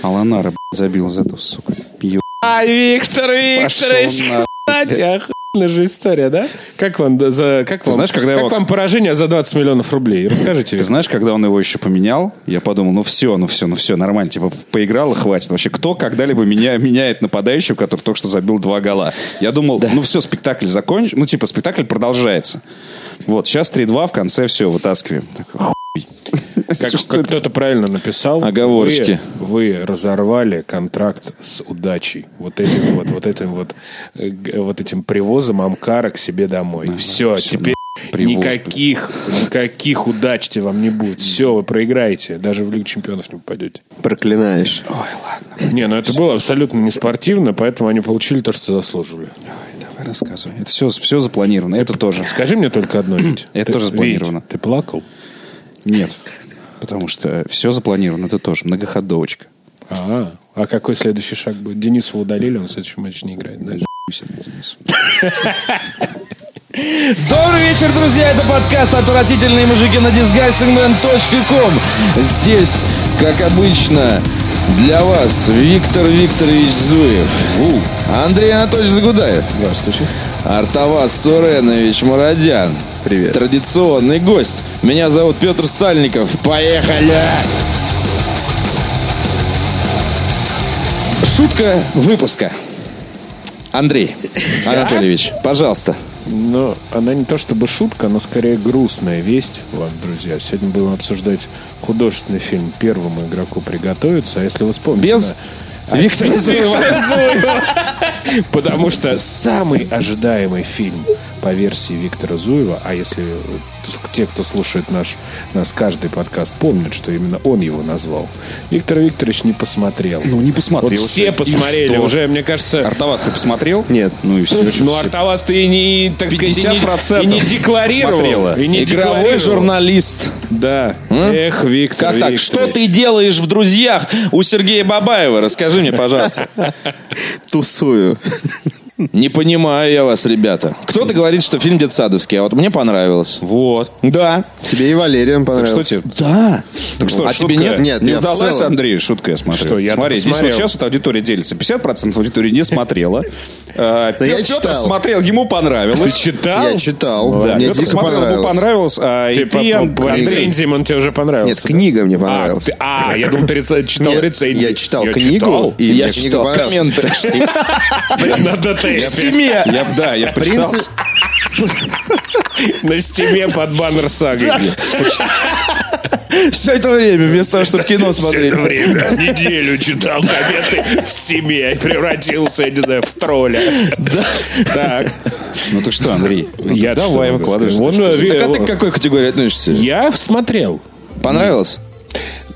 Аланара, блядь, забил зато, сука. Еб... А, Виктор Викторович, Пошел кстати, охуенная же история, да? Как вам, да, за, как вам, знаешь, когда как его- вам поражение за 20 миллионов рублей? Расскажите. Ты знаешь, когда он его еще поменял, я подумал, ну все, ну все, ну все, нормально, типа поиграл и хватит. Вообще, кто когда-либо меня, меняет нападающего, который только что забил два гола? Я думал, ну все, спектакль закончен, ну типа спектакль продолжается. Вот, сейчас 3-2, в конце все, вытаскиваем. Такой, «Хуй». Как, Что как это? кто-то правильно написал. Оговорочки. Вы, вы разорвали контракт с удачей. Вот этим вот, вот этим вот, э, г- вот этим привозом Амкара к себе домой. всё, все, ну, теперь привоз, никаких, никаких удач тебе вам не будет. Все, вы проиграете. Даже в Лигу Чемпионов не попадете. Проклинаешь. Не, ну это было абсолютно не спортивно, поэтому они получили то, что заслуживали. Ой, давай рассказывай. Это все, все запланировано, это тоже. Скажи мне только одно, Вить. Это Ты- тоже Вить, запланировано. Ты плакал? Нет, потому что все запланировано, это тоже многоходовочка. А, а какой следующий шаг будет? Денисова удалили, он в следующем матче не играет. да? Добрый вечер, друзья! Это подкаст «Отвратительные мужики» на disgustingman.com. Здесь, как обычно, для вас Виктор Викторович Зуев, Андрей Анатольевич Загудаев, Здравствуйте. Артавас Суренович Мурадян. Привет. Традиционный гость. Меня зовут Петр Сальников. Поехали! Шутка выпуска. Андрей Анатольевич, пожалуйста. Но она не то чтобы шутка, но скорее грустная весть вам, друзья. Сегодня будем обсуждать художественный фильм «Первому игроку приготовиться». А если вы вспомните... Без да, а, Виктора Зуева. Потому что самый ожидаемый фильм по версии Виктора Зуева, а если э, те, кто слушает наш, нас каждый подкаст, помнят, что именно он его назвал, Виктор Викторович не посмотрел. Ну, не посмотрел. Вот все что- и посмотрели что? А уже, мне кажется... Артавас, ты посмотрел? Нет. Ну и все. Ну, Артавас ты и не, так сказать, и не- 50% и не декларировал. посмотрела. И не Типа, Игровой декларировал. журналист. Да. Эх, Виктор Как так? Викторович. Что ты делаешь в друзьях у Сергея Бабаева? Расскажи мне, пожалуйста. Тусую. Не понимаю я вас, ребята. Кто-то говорит, что фильм детсадовский, а вот мне понравилось. Вот. Да. Тебе и Валериям понравилось. Что тебе? Да. Так что, а шутка тебе нет? Нет, не я в удалась, целом- Андрей, шутка, я смотрю. Что, я Смотри, здесь вот посмотрел. сейчас вот аудитория делится. 50% аудитории не смотрела. Э, Да я Петр читал. смотрел, ему Ты понравилось. читал? Я читал. Да, Мне Петр дико смотрел, ему понравилось. понравилось. а, и Типа, ты, по, Ан- по Андрей, рецензиям он тебе уже Нет, понравился. книга мне А, понравилась. ты- а, я думал, ты рецен- читал Нет, рецензии. Я читал Я книгу, и Я мне книга читал понравилась. комменты. И, На ДТФе. Семья. Я, б- да, я б В почитал. принципе, На стене под баннер саги. Все это время, вместо того, чтобы кино Всё это смотреть. время. Неделю читал комменты в семье. и Превратился, я не знаю, в тролля. Так. Ну ты что, Андрей? Ну, Я что давай могу выкладывай. э, сказать? что Вон, ты- ви- Так а ты к какой категории относишься? Я смотрел. Понравилось?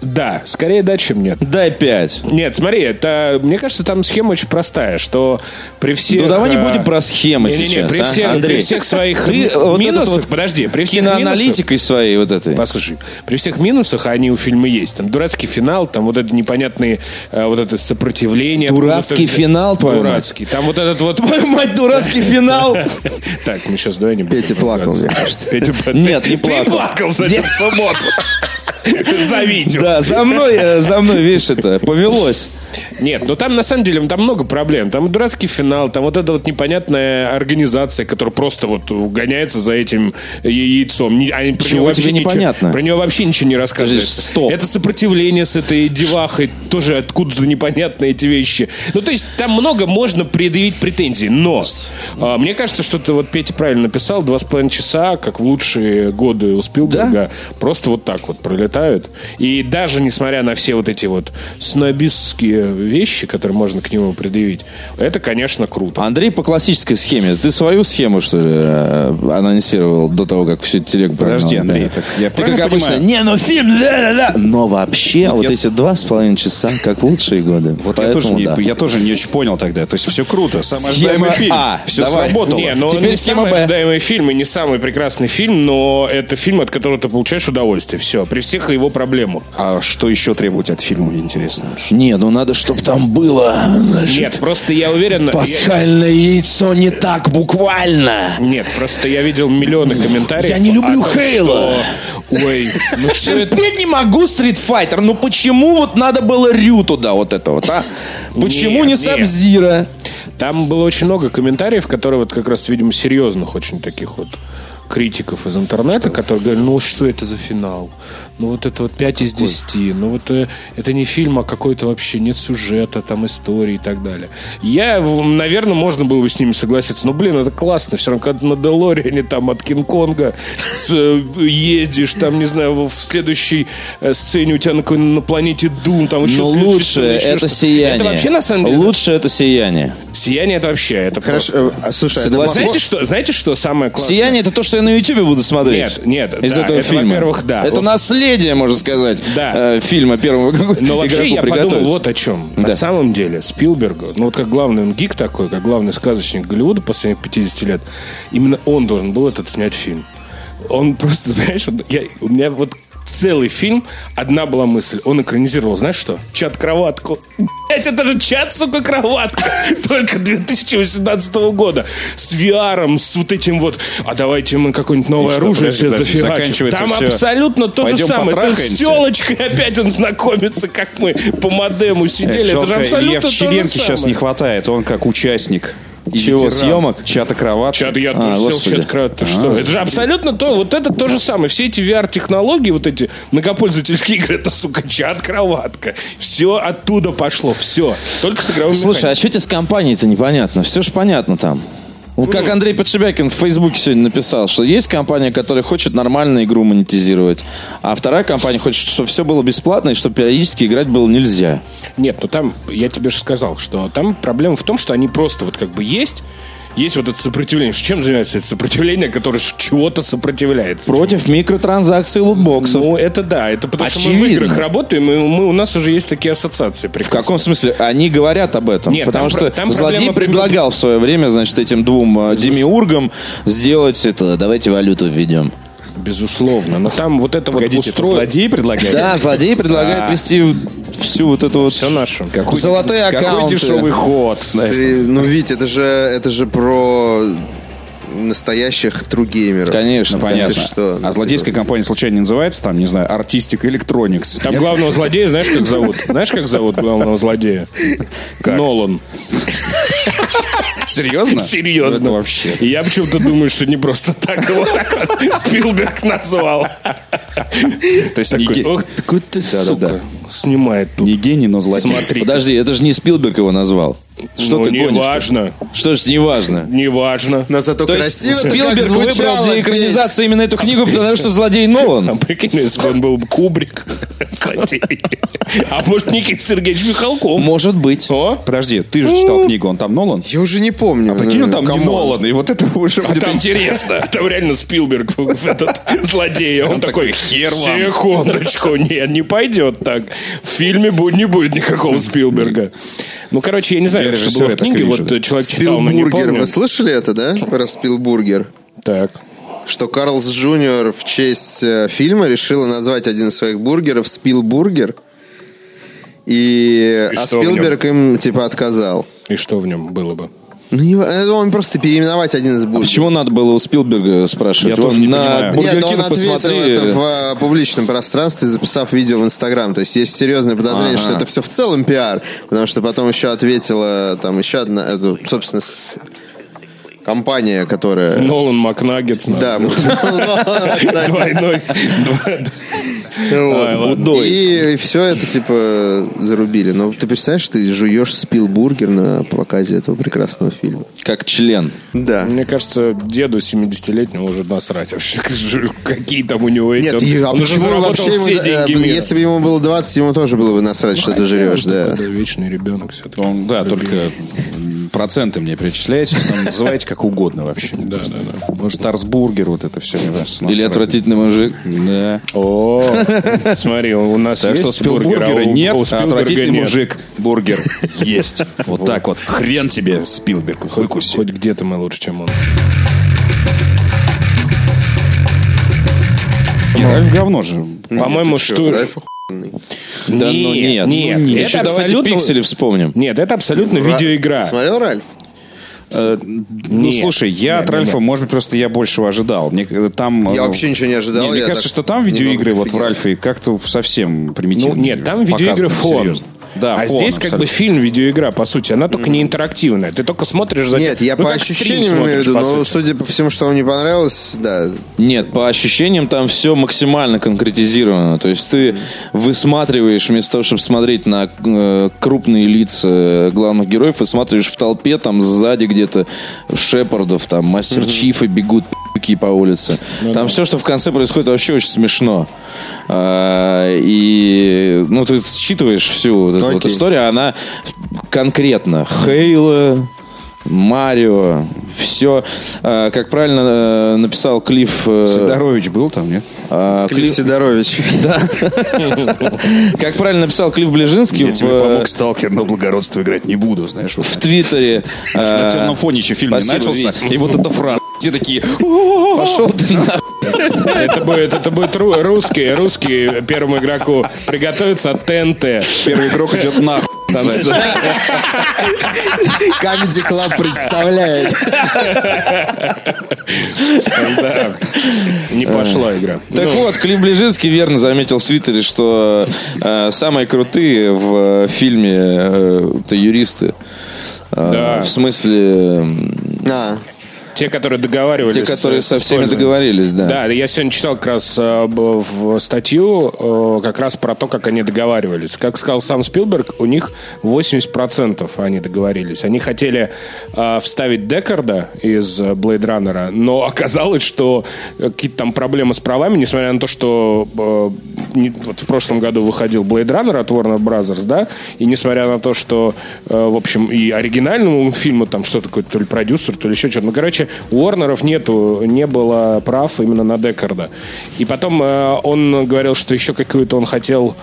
Да, скорее да, чем нет. Дай пять. Нет, смотри, это, мне кажется, там схема очень простая, что при всех... Ну давай не э, будем про схемы не-не-не, сейчас, при а, всех, Андрей. при всех своих Ты вот этот минусах, вот подожди, при всех минусах, Киноаналитикой своей вот этой. Послушай, при всех минусах, а они у фильма есть, там дурацкий финал, там вот это непонятные, э, вот это сопротивление. Дурацкий Потому что- финал, твою мать? Дурацкий. Там вот этот вот... Твою мать, дурацкий финал! Так, мы сейчас давай не будем. Петя плакал, ругаться. мне кажется. Петя Нет, Ты не плакал. плакал, значит, в субботу. За видео. Да, за мной, э, за мной, видишь, это повелось. Нет, ну там на самом деле там много проблем. Там и дурацкий финал, там вот эта вот непонятная организация, которая просто вот гоняется за этим я- яйцом. Не- они про Чего неё вообще тебе ничего- непонятно? Про нее вообще ничего не рассказывается. Подожди, стоп. Это сопротивление с этой девахой, тоже откуда-то непонятные эти вещи. Ну, то есть там много можно предъявить претензий, но а, мне кажется, что ты вот Петя правильно написал, два с половиной часа, как в лучшие годы у Спилберга, просто вот так вот пролетают. И даже несмотря на все вот эти вот снобистские вещи, которые можно к нему предъявить, это, конечно, круто. Андрей по классической схеме. Ты свою схему, что ли, э, анонсировал до того, как все телег Подожди, прогнал? Андрей, Да. так я Ты, как правильно обычно, понимаю? не, ну фильм, да-да-да. Но вообще, вот я- эти два с половиной часа, как в лучшие годы. Вот я Поэтому тоже, не, да. я тоже не очень понял тогда. То есть все круто. Самый Схема ожидаемый фильм. А, все давай. сработало. Не, ну Теперь не схема самый Б. ожидаемый фильм и не самый прекрасный фильм, но это фильм, от которого ты получаешь удовольствие. Все. При всех Баха его проблему. А что еще требовать от фильма, мне интересно? Не, ну надо, чтобы там было. значит, Нет, просто я уверен... я- Пасхальное яйцо не так буквально. Нет, просто я видел миллионы комментариев. Я не о люблю том, Хейла. что, Ой, ну что это? Терпеть не могу Street Fighter. Ну почему вот надо было Рю туда вот это вот, а? Почему Нет, не нет. Сабзира? Там было очень много комментариев, которые вот как раз, видимо, серьезных очень таких вот критиков из интернета, которые говорили, ну что это за финал? Ну вот это вот 5 из 10, ну вот э, это не фильм, а какой-то вообще нет сюжета, там истории и так далее. Я, в- наверное, можно было бы с ними согласиться, но, блин, это классно, все равно, когда ты на Делориане там от Кинг-Конга с- э, ездишь, там, не знаю, в в следующей э, сцене у тебя на, какой- на планете Дум, там еще Ну следующая лучше сцена, еще это что-то. сияние. Это вообще, на самом деле, Лучше это сияние. Сияние это вообще, это просто... Хорошо, э, а, слушай, это Согласен. могло- Знаете что, знаете, что самое классное? Сияние это то, что я на Ютубе буду смотреть. Нет, нет, Из да, этого это, фильма. во-первых, да. Это Во- наследие, можно сказать, Да. э, фильма первого Но вообще игроку я подумал приготовиться. вот о чем. Да. На самом деле Спилберга, ну вот как главный он гик такой, как главный сказочник Голливуда последних 50 лет, именно он должен был этот снять фильм. Он просто, знаешь, он- я- у меня вот целый фильм, одна была мысль. Он экранизировал, знаешь что? Чат-кроватку. Блять, это же чат, сука, кроватка. Только 2018 года. С VR, с вот этим вот, а давайте мы какое-нибудь новое Ну что, оружие подожди, себе подожди, зафигачим. заканчивается Там всё. абсолютно то же Пойдем самое. Ты с потрахаемся. телочкой опять он знакомится, как мы по модему Э, сидели. Это же Жалко, абсолютно Илья то же Вчеренки сейчас самое. не хватает. Он как участник. и Чего, ветеран съемок? Чата кроват. Чат, я А, тоже сел в господи. чат крат, ты А, что? Это же абсолютно то, вот это то же самое. Все эти VR-технологии, вот эти многопользовательские игры, это, сука, чат-кроватка. Все оттуда пошло, все. Только с игровым Слушай, а что тебе с компанией-то непонятно? Все же понятно там. Ну, как Андрей Подшибякин в Фейсбуке сегодня написал, что есть компания, которая хочет нормально игру монетизировать, а вторая компания хочет, чтобы все было бесплатно и чтобы периодически играть было нельзя. Нет, ну там, я тебе же сказал, что там проблема в том, что они просто вот как бы есть, есть вот это сопротивление. Чем занимается это сопротивление, которое ж чего-то сопротивляется? Против микротранзакций и лутбоксов. Ну, это да, это потому что мы в Очевидно. играх работаем, и мы, у нас уже есть такие ассоциации. В каком смысле? Они говорят об этом. Нет, там потому что про- там злодей проблема предлагал в свое время, значит, этим двум э, демиургам сделать это. Давайте валюту введем. Безусловно, но там вот это Погодите, вот это устроено. злодей предлагает? Да, злодей предлагает вести всю вот эту вот... Все наше. Какой- Золотые Какой аккаунты. дешевый ход. знаешь. Ты- ну, Вить, это же, это же про настоящих тру-геймеров. Конечно, Ну, Понятно. Ты что? А злодейская компания случайно не называется там, не знаю, Artistic Electronics? Там главного злодея, знаешь, как зовут? Знаешь, как зовут главного злодея? Нолан. Серьезно? Серьезно. Это вообще. И я почему-то думаю, что не просто так его так вот Спилберг назвал. То есть не Такой, ге- Ох, такой ты, да. сука, снимает тут. не гений, но злодей. Смотри. Подожди, это же не Спилберг его назвал. Что Ну, ты гонишь? неважно. Что ж, неважно. Неважно. Но зато красиво это как Спилберг выбрал звучало, для экранизации именно эту книгу, потому что злодей А Нолан. прикинь, если бы он был Кубрик. злодей. А может, Никита Сергеевич Михалков. Может быть. О, Подожди, ты же читал книгу, он там Нолан? Вить. Я уже не помню. А Прикинь, он Ну, там не Нолан, и вот это уже будет А там интересно. Там реально Спилберг, этот злодей. а Он такой, хер вам». Секундочку, нет, не пойдет так. В фильме бу- не будет никакого Спилберга. Ну, короче, я не знаю, Я что режиссер, было в я так книге. вижу, Вот да. э, человек читал, но не Спилбургер. помню. Вы слышали это, да? Про Спилбургер. Так. Что Карлс Джуниор в честь э, фильма решила назвать один из своих бургеров Спилбургер. И, И а что в Спилберг им типа отказал. И что в нем было бы? Ну, не ва- э, он просто переименовать один из бургеров. Почему А надо было у Спилберга спрашивать? Я тоже не на понимаю. А Бургер Нет, он Кинг ответил это посмотри. в э, публичном пространстве, записав видео в Инстаграм. То есть есть серьезное подозрение, что это все в целом пиар, потому что потом еще ответила там еще одна, эту, собственно, с- компания, которая... Нолан Макнаггетс. надо Да, сказать. Двойной. Два- Ай, ладно. И все это, типа, зарубили. Но ты представляешь, ты жуешь спилбургер на показе этого прекрасного фильма. Как член. Да. Мне кажется, деду 70-летнему уже насрать вообще. Какие там у него эти... Нет, он- и- а он уже почему заработал вообще ему, все э, деньги мира. если бы ему было 20, ему тоже было бы насрать, что ты жрешь, да. Такой, Вечный ребенок все-таки. Он, да, только проценты мне перечисляете, там называете как угодно вообще. Да, да, да. Может, Старсбургер, вот это все. Или отвратительный мужик. Да. О, смотри, у нас Так есть что Спилбургера бургер, а у- нет, у а Спилберга отвратительный нет. мужик бургер есть. Вот так вот. Хм. Хрен тебе, Спилберг, выкуси. Хоть где-то мы лучше, чем он. Не, Ральф говно же. По-моему, что... Райф Да, ну нет, нет. нет, Ну, это Еще давайте абсолютно- пиксели вспомним. Нет, это абсолютно видеоигра. Смотрел Ральф? Ну, Нет. слушай, я Не, от не, Ральфа, может быть, просто я большего ожидал. Мне, э, там, Я э, вообще ничего не ожидал. не, мне я кажется, так что там видеоигры немного вот в офигел. Ральфе как-то совсем примитивно. Ну, нет, там показаны, видеоигры фон. серьезно. Да, а фон здесь как бы абсолютно. фильм видеоигра, по сути. Она только не интерактивная. Ты только смотришь за тем- Нет, я Ну, по как стрим ощущениям имею в смотришь, виду, по но сути. судя по всему, что вам не понравилось, да. Нет, по ощущениям там все максимально конкретизировано. То есть ты высматриваешь, вместо того, чтобы смотреть на э, крупные лица э, главных героев, высматриваешь в толпе, там сзади где-то шепардов, там мастер-чифы бегут пи***ки по улице. там все, что в конце происходит, вообще очень смешно. А, и ну ты считываешь всю вот эту вот Окей. историю, она конкретно Хейла, Марио, все, как правильно э, написал Клифф, э, Сидорович был там, нет? а, Клифф Клифф- Сидорович. как правильно написал Клифф Ближинский Я в, тебе э, помог сталкер, но благородство играть не буду, знаешь. вот в Твиттере. На А, э, темном фоне еще фильм не спасибо, начался. Вить. И вот эта фраза. Все такие, Пошел ты нахуй. Это будет, это будет ру- русский, русский первому игроку приготовиться от ТНТ. первый игрок идет нахуй. Там Камеди Клаб представляет. Да. Э. Не пошла игра. Так Ну, вот, Клифф Ближинский верно заметил в Твиттере, что э, самые крутые в э, фильме э, это юристы. Э, Да. В смысле, А, Те, которые договаривались. Те, которые с- со с всеми использованием. договорились, да. Да, я сегодня читал как раз э, б- в статью э, как раз про то, как они договаривались. Как сказал сам Спилберг, у них 80% они договорились. Они хотели э, вставить Декарда из э, Blade Runner, но оказалось, что какие-то там проблемы с правами, несмотря на то, что э, не- вот в прошлом году выходил Blade Runner а от Warner Brothers, да, и несмотря на то, что, э, в общем, и оригинальному фильму там что такое, то ли продюсер, то ли еще что-то. Ну, короче, у Уорнеров нету, не было прав именно на Декарда. И потом э, он говорил, что еще какую-то он хотел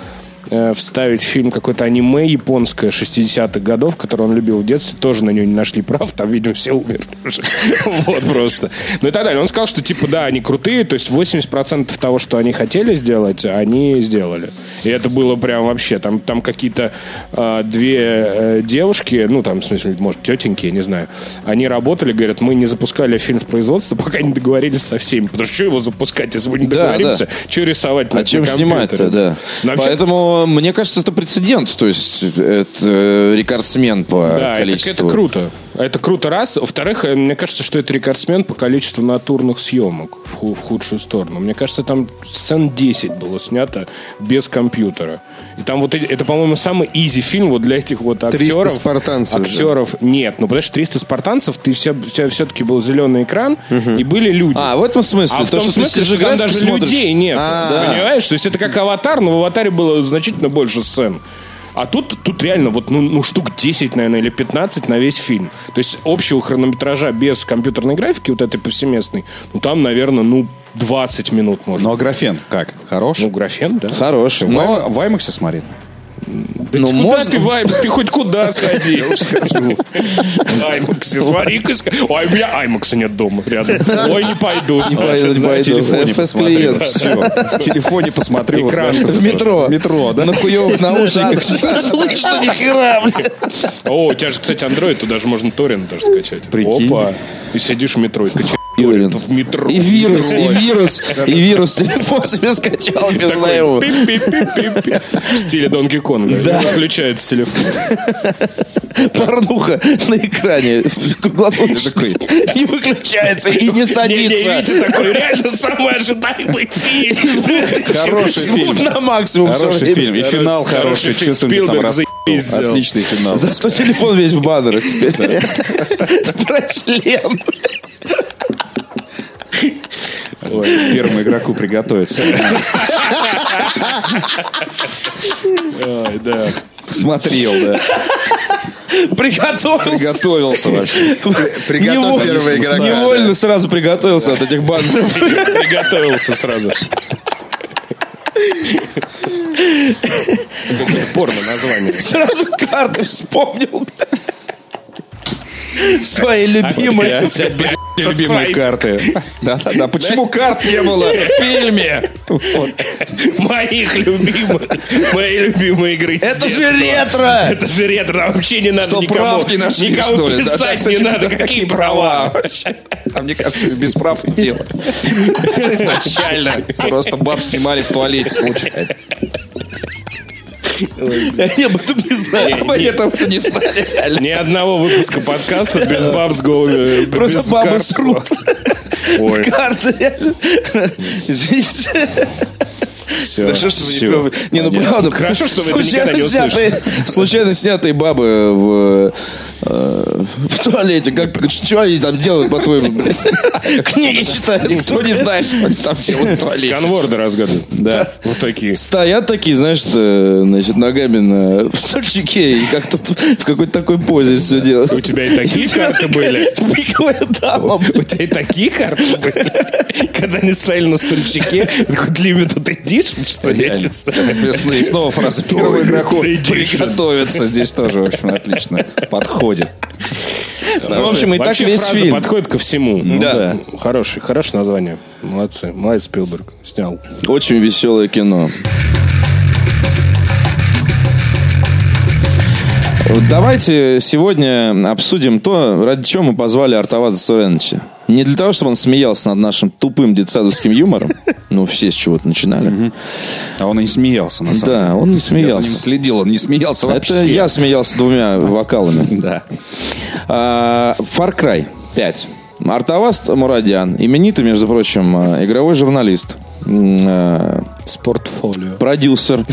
э, вставить в фильм какое-то аниме японское 60-х годов, которое он любил в детстве, тоже на него не нашли прав, там, видимо, все умерли уже. Вот просто. Ну и так далее. Он сказал, что типа, да, они крутые, то есть 80% того, что они хотели сделать, они сделали. И это было прям вообще, там, там какие-то э, две э, девушки, ну там, в смысле, может, тетеньки, я не знаю, они работали, говорят, мы не запускали фильм в производство, пока не договорились со всеми, потому что что его запускать, если мы не Да, договоримся, что рисовать на А чем компьютере? снимать-то, да. Ну, вообще, Поэтому, мне кажется, это прецедент. То есть, это э, рекордсмен по Да, это, количеству. это круто. Это круто, раз. Во-вторых, э, мне кажется, что это рекордсмен по количеству натурных съемок в, ху- в худшую сторону. Мне кажется, там сцен 10 было снято без компьютера. И там вот э- это, по-моему, самый изи фильм вот для этих вот 300 актеров. спартанцев же. Актеров. Нет, ну потому что 300 спартанцев, ты все, все-таки был зеленый экран, и были люди. А, в этом смысле. А в то, том что смысле, ты что там сижу, даже смотришь. людей нет. А, Понимаешь? То есть это как аватар, но в аватаре было значительно больше сцен. А тут, тут реально вот ну, ну, штук 10, наверное, или 15 на весь фильм. То есть общего хронометража без компьютерной графики, вот этой повсеместной, ну там, наверное, ну 20 минут можно. Ну, а графен как? Хорош? Ну, графен, да. Хорош. В Но, Айм- в Аймаксе смотреть? Да ну, куда можно- ты, Вайм? Ты хоть куда сходи. Аймакс, смотри-ка. ск- Ой, у меня Аймакса нет дома рядом. Ой, не пойду. Не пойду, не На пойду. телефоне FS посмотрю. клиент. Всё. В телефоне посмотрю. вот, Экран. знаешь, В метро. Ну, Метро, да? На хуёвых наушниках. Слышно, ни хера, О, у тебя же, кстати, Android, туда же можно торрент даже скачать. Прикинь. Опа. И сидишь в метро, и качаешь торрент в метро. И вирус, и вирус, и вирус. Телефон себе скачал без Такой моего. пип-пип-пип-пип. В стиле Донки Конга. Выключается телефон. Порнуха на экране. Круглосуточно. Не выключается и не Не, не, садится. видите, такой реально самый ожидаемый фильм. Хороший Звук фильм. на максимум. всё Хороший время. фильм. И финал хороший. Хороший фильм. Честно, мне там Спилберг раз- заебись сделал. Ну, Отличный финал. Зато телефон весь в баннерах теперь. Про член. Ой, Первому игроку приготовиться. Ой, да. Смотрел, да. Приготовился. Приготовился вообще. А, Приготовь Невольно- первого игрока. Невольно сразу приготовился от этих баннеров. Приготовился сразу. Какое-то Порно название. Сразу карты вспомнил. Свои Я любимые. тебя, блядь, любимые своими. карты. Да-да-да. Почему карт не было? в фильме. Моих любимых. Мои любимые игры. с Это же детства. ретро! Это же ретро. Там Вообще не надо Что, никому. прав не нашли, никому что ли? Да, писать да, кстати, не надо. да, Какие права? А мне кажется, без прав и дело. Изначально. Просто баб снимали в туалете случайно. Я об этом не знаю. Поэтому-то не стали. Ни одного выпуска подкаста без баб с голыми. Просто без бабы карт. срут. Ой, Карты, реально. Извините. все. Хорошо, что вы не пробовали. Не, ну Понятно. правда. Хорошо, что вы это случайно никогда не услышите. снятые- Случайно снятые бабы в, э, в туалете. Как, что они там делают, по-твоему, блядь? Книги читают. Никто не знает, что они там делают в туалете. Сканворды разгадывают. Да. Вот такие. Стоят такие, знаешь, э, значит, ногами на в стульчике и как-то т- в какой-то такой позе все делают. У тебя и такие карты были. Пиковая дама, блядь. У тебя и такие карты были. Когда они стояли на стульчике, такой Limited Edition, что ли? Я не знаю. Весны. И снова фраза первого игроку Edition». приготовиться. Здесь тоже, в общем, отлично подходит. Ну, в общем, и так А, Вообще весь фраза фильм. подходит ко всему. да. Ну, Хороший, хорошее название. Молодцы. Молодец, Спилберг. Снял. Очень веселое кино. Давайте сегодня обсудим то, ради чего мы позвали Артаваза Суреновича. Не для того, чтобы он смеялся над нашим тупым детсадовским юмором. Ну, все с чего-то начинали. А он и не смеялся, на самом деле. Да, он не Я за ним смеялся. следил, он не смеялся вообще. Это я смеялся двумя вокалами. Да. А, Far Cry 5. Артаваст Мурадян, именитый, между прочим, э, игровой журналист, м, э, С портфолио. продюсер,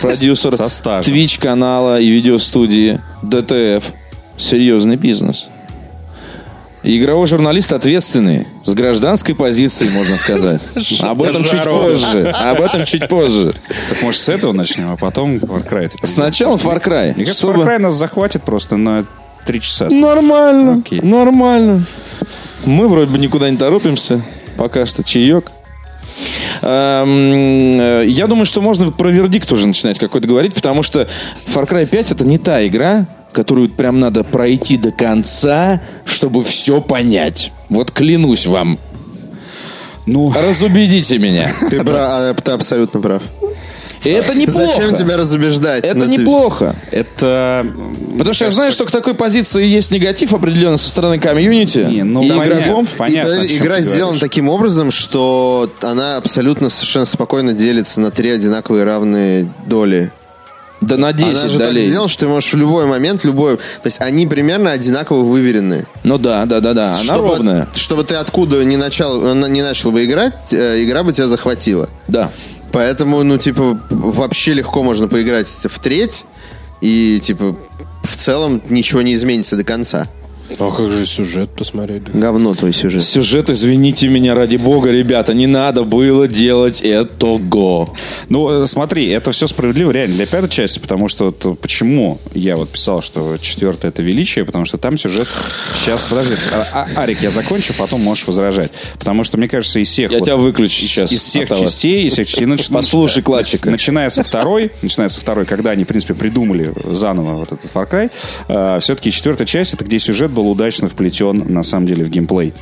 продюсер со стажем. Twitch-канала и видеостудии DTF. Серьезный бизнес. И Игровой журналист ответственный, с гражданской позиции, можно сказать. Об этом чуть Жарова. позже. Об этом чуть позже. Так может, с этого начнем, а потом Far Cry. ты перейдешь. Сначала Far Cry. Мне кажется, чтобы- Far Cry нас захватит просто на три часа. Нормально, Окей. нормально. Мы вроде бы никуда не торопимся. Пока что чаек. Эм, э, Я думаю, что можно про вердикт уже начинать какой-то говорить, потому что Far Cry 5 это не та игра, которую прям надо пройти до конца, чтобы все понять. Вот клянусь вам. Ну, Разубедите меня. Ты, бра- а, ты абсолютно прав. И это неплохо. Зачем тебя разубеждать? Это Ну, ты- неплохо. это... Потому что я знаю, что к такой позиции есть негатив определенно со стороны комьюнити. Не, ну, и понятно. игроков. Понятно, И, о подожди, чем игра ты сделана говоришь. таким образом, что она абсолютно совершенно спокойно делится на три одинаковые равные доли. Да на 10 она же так долей. сделана, что ты можешь в любой момент, любой... То есть они примерно одинаково выверены. Ну да, да, да, да. Она чтобы, ровная. Чтобы ты откуда не начал, не начал бы играть, э, игра бы тебя захватила. Да. Поэтому, ну, типа, вообще легко можно поиграть в треть, и, типа, в целом ничего не изменится до конца. А как же сюжет посмотреть? Говно твой сюжет. Сюжет, извините меня, ради бога, ребята, не надо было делать этого. Ну, э, смотри, это все справедливо реально для пятой части, потому что вот э, почему я вот писал, что четвертая это величие, потому что там сюжет... Сейчас, подожди, а- а- Арик, я закончу, потом можешь возражать. Потому что, мне кажется, из всех... Я тебя выключу из, сейчас Из всех от вас. частей, из всех частей... ну, нач- Послушай классика. нач- Начиная со второй, начиная со второй, когда они, в принципе, придумали заново вот этот Far Cry, все-таки четвертая часть, это где сюжет был удачно вплетен, на самом деле, в геймплей.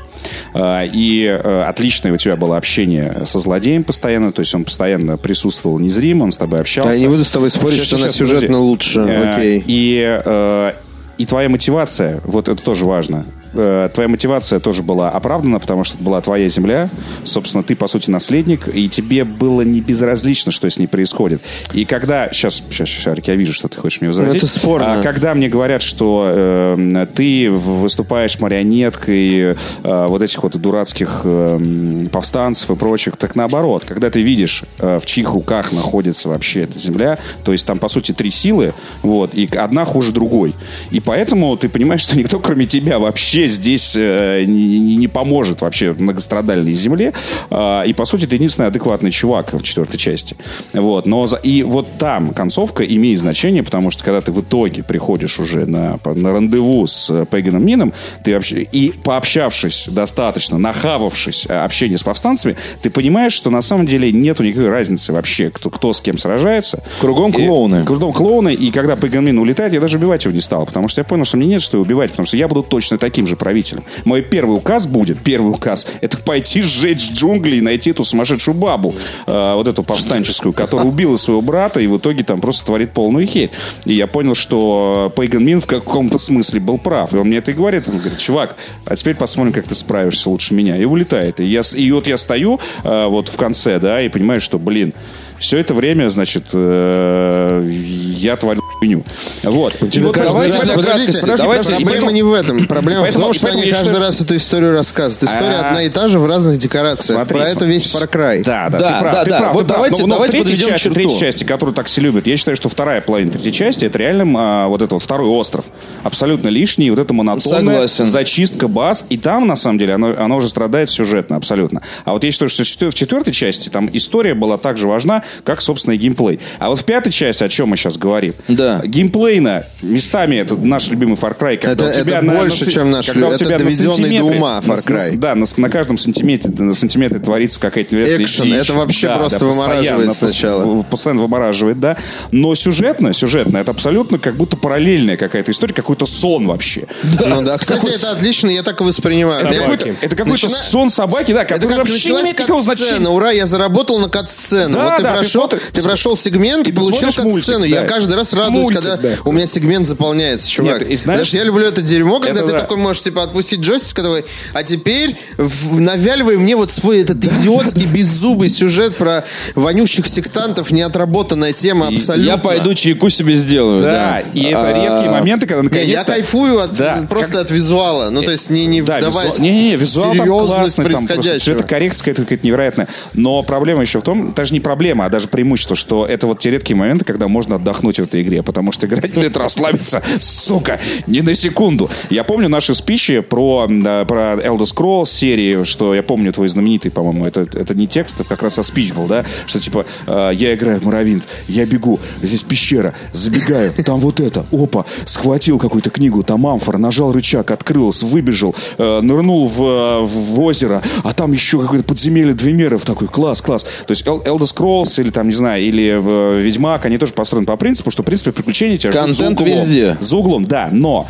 Э, и э, отличное у тебя было общение со злодеем постоянно, то есть он постоянно присутствовал незримо, он с тобой общался. Да, я не буду с тобой спорить, Щас, что щас, она щас, сюжетно подожди. лучше. Э, Окей. И, э, и твоя мотивация, вот это тоже важно. Э, Твоя мотивация тоже была оправдана, потому что это была твоя земля. Собственно, ты, по сути, наследник, и тебе было не безразлично, что с ней происходит. И когда... Сейчас, сейчас, я вижу, что ты хочешь мне возразить. Ну, это спорно. А, когда мне говорят, что э, ты в- выступаешь марионеткой э, вот этих вот дурацких э, м, повстанцев и прочих, так наоборот, когда ты видишь, э, в чьих руках находится вообще эта земля, то есть там, по сути, три силы, вот, и одна хуже другой. И поэтому ты понимаешь, что никто, кроме тебя, вообще здесь э, не, не- не поможет вообще многострадальной земле. А, и, по сути, ты единственный адекватный чувак в четвертой части. Вот. Но за- и вот там концовка имеет значение, потому что когда ты в итоге приходишь уже на, по- на рандеву с э, Пеганом Мином, ты вообще, и пообщавшись достаточно, нахававшись э, общения с повстанцами, ты понимаешь, что на самом деле нету никакой разницы вообще, кто, кто с кем сражается. Кругом И- клоуны. Кругом клоуны, и когда Пегамин улетает, я даже убивать его не стал, потому что я понял, что мне нет что его убивать, потому что я буду точно таким же правителем. Мой первый указ будет, первый указ, это пойти сжечь джунгли и найти эту сумасшедшую бабу, э, вот эту повстанческую, которая убила своего брата и в итоге там просто творит полную херь. И я понял, что Пейган Мин в каком-то смысле был прав. И он мне это и говорит. Он говорит, чувак, а теперь посмотрим, как ты справишься лучше меня. И улетает. И, я, с- и вот я стою э, вот в конце, да, и понимаю, что, блин, все это время, значит, э, я творил хуйню. Вот. И вот Каждый давайте раз- для краткости, подождите, давайте- проблема и поэтому- не в этом. Проблема поэтому- в том, что поэтому они я каждый считаю, раз эту историю рассказывают. История А. одна и та же в разных декорациях. Смотри, Про это смотри. весь Паркрай. Да, да, Да, ты прав, да, ты да. прав, Вот ты прав. давайте- но, но давайте в третьей подведем части, черту. третьей части, которую такси любят, я считаю, что вторая половина третьей части, это реально а, вот этот вот второй остров. Абсолютно лишний, вот это монотонная Согласен. зачистка баз. И там, на самом деле, оно, оно уже страдает сюжетно абсолютно. А вот я считаю, что в четвер- в четвертой части там история была так же важна, как, собственно, и геймплей. А вот в пятой части, о чем мы сейчас говорим, Да. геймплейно местами, это наш любимый Far Cry, когда Это- у тебя это больше, се- чем наш когда у лю- это тебя на доведенный до сантиметре- ума Far на- на- Cry. да, на, на каждом сантиметре, на сантиметре творится какая-то невероятная Экшен. дичь. Это вообще просто постоянно, вымораживает пос- сначала. в- Постоянно вымораживает, да. Но сюжетно, сюжетно, это абсолютно как будто параллельная какая-то история, какой-то сон вообще. Ну да. Кстати, это отлично, я так и воспринимаю. Это Я- какой-то, это какой-то Начина- сон собаки, да, Это который как вообще не началась имеет никакого значения. кат-сцена. Ура, я заработал на кат-сцену. Да, вот ты да, ты прошел, ты, смотришь- прошел сегмент и ты получил смотришь мультик, кат-сцену. Я да. каждый раз радуюсь, Мультик, когда да. у меня сегмент заполняется, чувак. Нет, и знаешь- Знаешь, я люблю это дерьмо, когда Это ты да. такой можешь типа отпустить джойстик, который, а теперь в- навяливай мне вот свой этот идиотский беззубый сюжет про вонючих сектантов, неотработанная тема абсолютно. Я пойду чайку себе сделаю. Да, и это А, редкие моменты, когда Не, наконец-то... я кайфую от, Да, просто как- от визуала. Ну, то есть не, не Да, вдаваясь визуал- не, не, не, в визуал там серьезность классный, там просто происходящего. цветокоррекция какая-то какая-то невероятная. Но проблема еще в том, даже не проблема, а даже преимущество, что это вот те редкие моменты, когда можно отдохнуть в этой игре, потому что играть лет расслабиться, сука, ни на секунду. Я помню наши спичи про, м, да, про Elder Scrolls серии, что я помню твой знаменитый, по-моему, это, это не текст, это как раз а спич был, да, что типа э, я играю в Муравинт, я бегу, здесь пещера, забегаю, там вот это, опа, схватил какую-то книгу, там амфора, нажал рычаг, открылся, выбежал, э, нырнул в, э, в озеро, а там еще какое-то подземелье Двемеров такой, класс, класс. То есть Эл- Elder Scrolls или там, не знаю, или э, Ведьмак, они тоже построены по принципу, что, в принципе, приключения тебя ждут Контент за углом. везде. За углом, да, но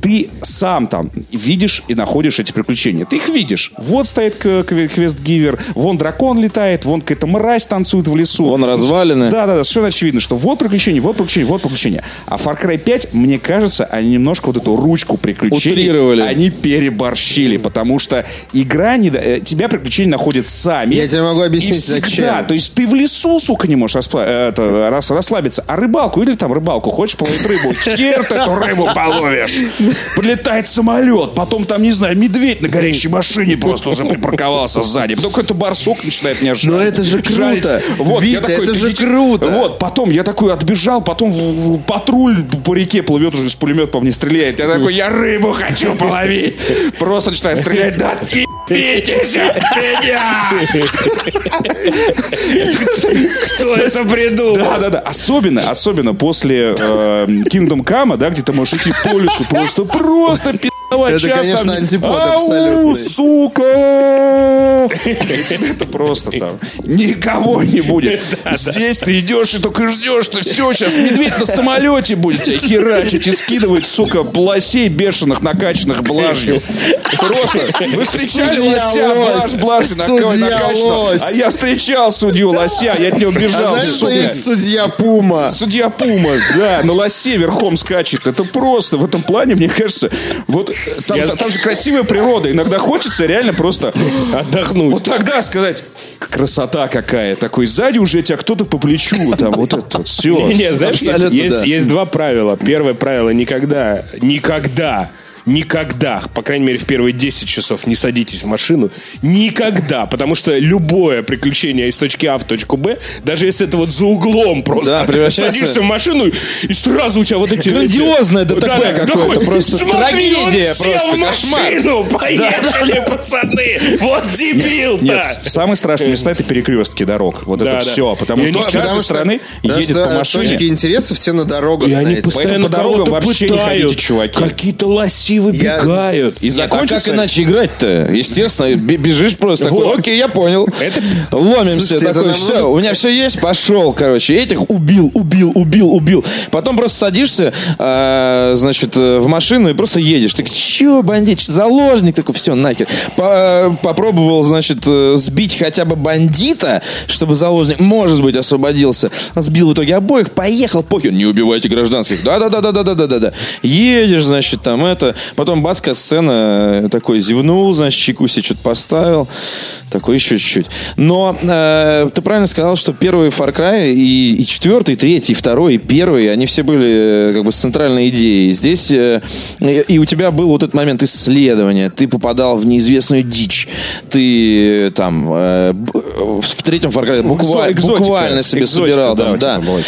ты сам там видишь и находишь эти приключения. Ты их видишь. Вот стоит к- к- квест-гивер, вон дракон летает, вон какая-то мразь танцует в лесу. Вон развалины. Да, да, да, совершенно очевидно, что вот приключения, вот приключения, вот приключения. А Far Cry 5, мне кажется, они немножко вот эту ручку приключений... Утрировали. Они переборщили, потому что игра не... да- э, Тебя приключения находят сами. Я тебе могу объяснить, И всегда. зачем. То есть ты в лесу, сука, не можешь распла- э, это, рас- расслабиться. А рыбалку, или там рыбалку, хочешь половить рыбу, хер ты эту рыбу половишь. Подлетает самолет, потом там, не знаю, медведь на горящей машине просто уже припарковался сзади. Потом какой-то барсук начинает меня Но жарить. это же Жарить. круто. Вот, я Витя, такой, это же идите- круто. Вот, потом я такой отбежал, потом в- в- патруль по реке плывет уже, с пулемет по мне стреляет. Я такой, я рыбу хочу половить. Просто начинаю стрелять, да ебитесь от меня! Кто это придумал? Да, да, да. Особенно, особенно после э, Kingdom Come, да, где ты можешь идти по лесу просто, просто пи***овать Это, час конечно, там. антипод Ау, абсолютный. сука! И тебе Это просто там никого не будет. Здесь ты идешь и только ждешь, что все, сейчас медведь на самолете будет тебя херачить и скидывать, сука, лосей бешеных, накачанных блажью. Просто вы встречали Судья лося лось. блажь, блажью нака- Судья накачанного, лось. а я встречал судью лося, я от него А бежал, знаешь, что сука. есть судья Пума? Судья Пума, да, на лосе верхом скачет. Это просто в этом плане, мне кажется, вот э, там, та- там же красивая природа. Иногда хочется реально просто а, Отдохнуть. вот тогда сказать, красота какая. Такой сзади уже тебя кто-то по плечу. Там вот это вот все. Не, не, знаешь, есть, Абсолютно, есть- да. есть два правила. Первое правило никогда, никогда, никогда, по крайней мере, в первые 10 часов не садитесь в машину. Никогда. Потому что любое приключение из точки А в точку Б, даже если это вот за углом просто. Да, превращается- Садишься в машину и сразу у тебя вот эти... Грандиозное эти- ДТП какое-то, такой, просто смотри, трагедия он сел просто, в машину, поехали, пацаны. Вот дебил-то. Нет, самые страшные места это перекрестки дорог. Вот Да, это да. все. Потому И что они с каждой стороны Ну, потому едет что по машине. Точки интереса все на дорогах. И они знаете. постоянно постоянно по дорогам кого-то вообще не пытают. ходите, чуваки. Какие-то лоси Чуваки А, выбегают. И закончится... а как иначе играть-то? Естественно, бе- бежишь просто. такой, Вот. Окей, я понял. Это- Ломимся. Слушайте, это такой, намного- все, у меня все есть, пошел, короче. Этих убил, убил, убил, убил. Потом просто садишься, а, значит, э, в машину и просто едешь. Так, че, бандит, чё, заложник такой, все, нахер. По- э, попробовал, значит, э, сбить хотя бы бандита, чтобы заложник, может быть, освободился. Сбил в итоге обоих, поехал, похер, не убивайте гражданских. Да-да-да-да-да-да-да-да. Едешь, значит, там это. Потом бац, сцена такой зевнул, значит, чайку себе что-то поставил. Такой еще чуть-чуть. Но э, ты правильно сказал, что первый Far Cry и, и четвертый, и третий, и второй, и первый, они все были э, как бы с центральной идеей. Здесь э, и и у тебя был вот этот момент исследования. Ты попадал в неизвестную дичь. Ты э, там э, б- в в третьем Far Cry буква- экзотика. буквально себе Экзотика, собирал. да, у там, тебя да. была.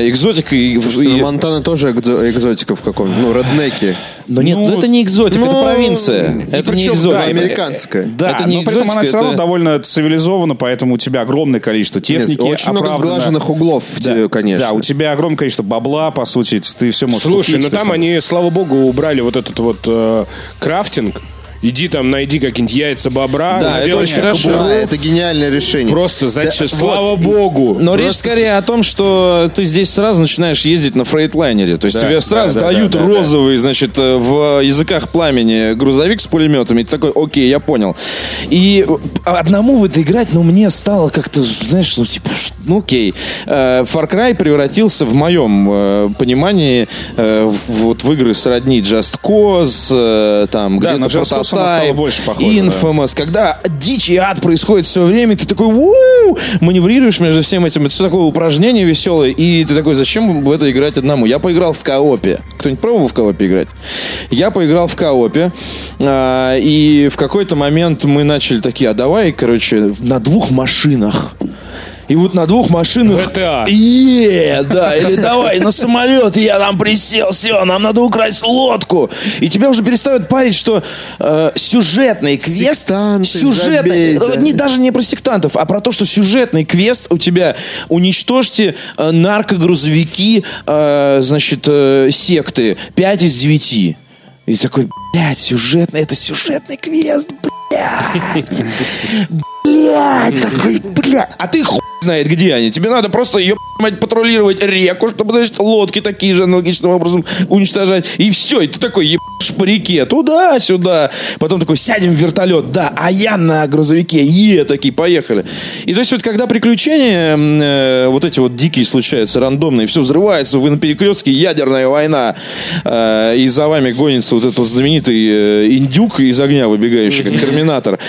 Э, экзотика и, Ну, и- Монтана тоже экзо- экзотика в каком-то, ну, реднеки. Но нет, Ну, ну, это не экзотика, ну, это провинция. и Это не причем, экзотика. да, Американская. Да, Это но не при этом она экзотика, все равно это- довольно цивилизована, поэтому у тебя огромное количество Нет, техники. очень много оправдано. сглаженных углов, в те- конечно. Да, у тебя огромное количество бабла, по сути, ты все можешь Слушай, купить, ну там поэтому- они, слава богу, убрали вот этот вот э, крафтинг. Иди там, найди какие-нибудь яйца бобра, Да, это сделай очень себе хорошо. кобуру. Да, это гениальное решение. Просто зачем? Да, слава вот, и- богу. Но речь скорее о том, что ты здесь сразу начинаешь ездить на фрейтлайнере. То есть тебе сразу да, да, дают да, да. розовый, значит, э, в языках пламени грузовик с пулеметами. И ты такой, окей, я понял. И одному в это играть, ну, мне стало как-то, знаешь, ну, типа, ш- ну, окей. Э, Far Cry превратился в моем э, понимании э, в- вот в игры сродни Just Cause, э, там, Да, где-то на Just Cause она стала Prototype, больше похожа, да. Infamous, когда дичь и ад происходит все время, ты такой «Уу!» маневрируешь между всем этим, это все такое упражнение веселое, и ты такой, зачем в это играть одному? Я поиграл в коопе. Кто-нибудь пробовал в коопе играть? Я поиграл в коопе, а, и в какой-то момент мы начали такие, а давай, короче, на двух машинах. И вот на двух машинах... GTA. Е, да, или давай на самолет, я там присел, все, нам надо украсть лодку. И тебя уже перестают парить, что э, сюжетный квест... Сектанты, сюжетный, забей, да. э, не, даже не про сектантов, а про то, что сюжетный квест у тебя уничтожьте э, наркогрузовики, э, значит, э, секты 5 из 9. И такой, блядь, сюжетный, это сюжетный квест, блядь. Блядь, такой, блядь. А ты хуй знает, где они. Тебе надо просто ее мать, патрулировать реку, чтобы, значит, лодки такие же аналогичным образом уничтожать. И все, и ты такой, ебашь по реке, туда-сюда. Потом такой, сядем в вертолет, да, а я на грузовике, е, такие, поехали. И то есть вот когда приключения м, э, вот эти вот дикие случаются, рандомные, все взрывается, вы на перекрестке, ядерная война, э, и за вами гонится вот этот вот знаменитый э, индюк из огня выбегающий, как терминатор.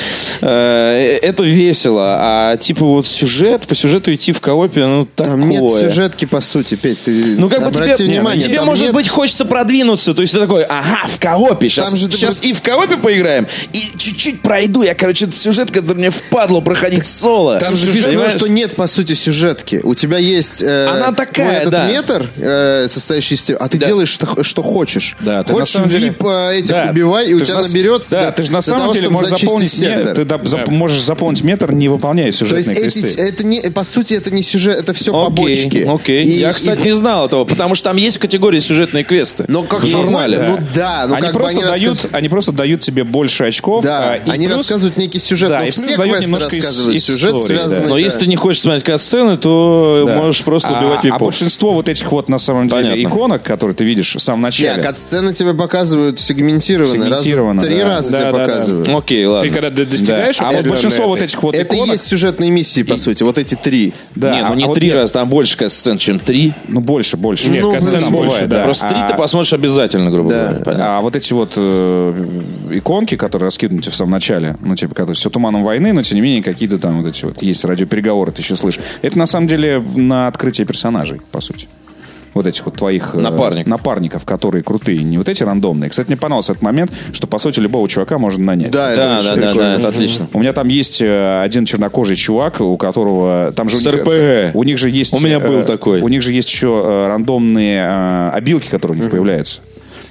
Э, Это весело, а типа вот сюжет, по сюжету идти в коопе, ну такое. Там нет сюжетки, по сути, Петь, ты Ну, как бы тебе, обрати внимание. тебе там может нет- быть, хочется продвинуться. То есть ты такой, ага, в коопе. Сейчас, Там же ты сейчас просто- и в коопе поиграем, и чуть-чуть пройду. Я, короче, этот сюжет, который мне впадло проходить А соло. Там же фишка в том, Понимаешь? что нет, по сути, сюжетки. У тебя есть э, Она ну, такая, этот да. метр, э, состоящий из трех, а ты Да. делаешь, что, что хочешь. Да, ты на хочешь самом деле- VIP э, этих Да. убивай, и у Ты ж тебя на- наберется Да, для- ты же на для самом того, деле чтобы можешь зачистить заполнить сектор. метр. Ты да- зап- можешь заполнить метр, не выполняя То есть сюжетные эти, квесты. это не, по сути, это не сюжет, это все Окей, побочки. окей. И- Я, и- кстати, не знал этого, потому что там есть категория сюжетные квесты. но как в журнале. Ну да, ну они как бы просто они дают, рассказывают- они просто дают тебе больше очков. Да, а, и они плюс- рассказывают некий сюжет, да, но и все плюс дают квесты немножко из- рассказывают из сюжет, истории, да. связанный... Но да. если ты не хочешь смотреть катсцены, то Да. можешь просто А- убивать а, випов. большинство вот этих вот на самом деле Понятно. иконок, которые ты видишь в самом Не, а начале. кат-сцены тебе показывают сегментированно. Раз, Сегментированно, три да. раза Да, тебе да, да. показывают. Окей, Ты ладно. когда д- достигаешь, А вот определенной большинство этой- вот этих вот Это и иконок, есть сюжетные миссии, по сути, вот эти три. да, не, ну а- не а вот три нет, раза, там больше катсцен, чем три. Ну больше, больше. Нет, Ну, катсцен там больше, да. Просто А- три ты посмотришь обязательно, грубо Да. говоря. Понятно. А вот эти вот э, иконки, которые раскинуты в самом начале, ну, типа, которые все туманом войны, но тем не менее, какие-то там вот эти вот есть радиопереговоры, ты еще слышишь. Это на самом деле на открытие персонажей, по сути. Вот этих вот твоих э, Напарников. напарников, которые крутые, не вот эти рандомные. Кстати, мне понравился этот момент, что по сути любого чувака можно нанять. Да, это Да, очень да, да, прикольно. да, это отлично. У меня там есть э, один чернокожий чувак, у которого там же у С них, РПГ. у них же есть У меня э, был такой. У них же есть еще э, рандомные э, обилки, которые у них появляются.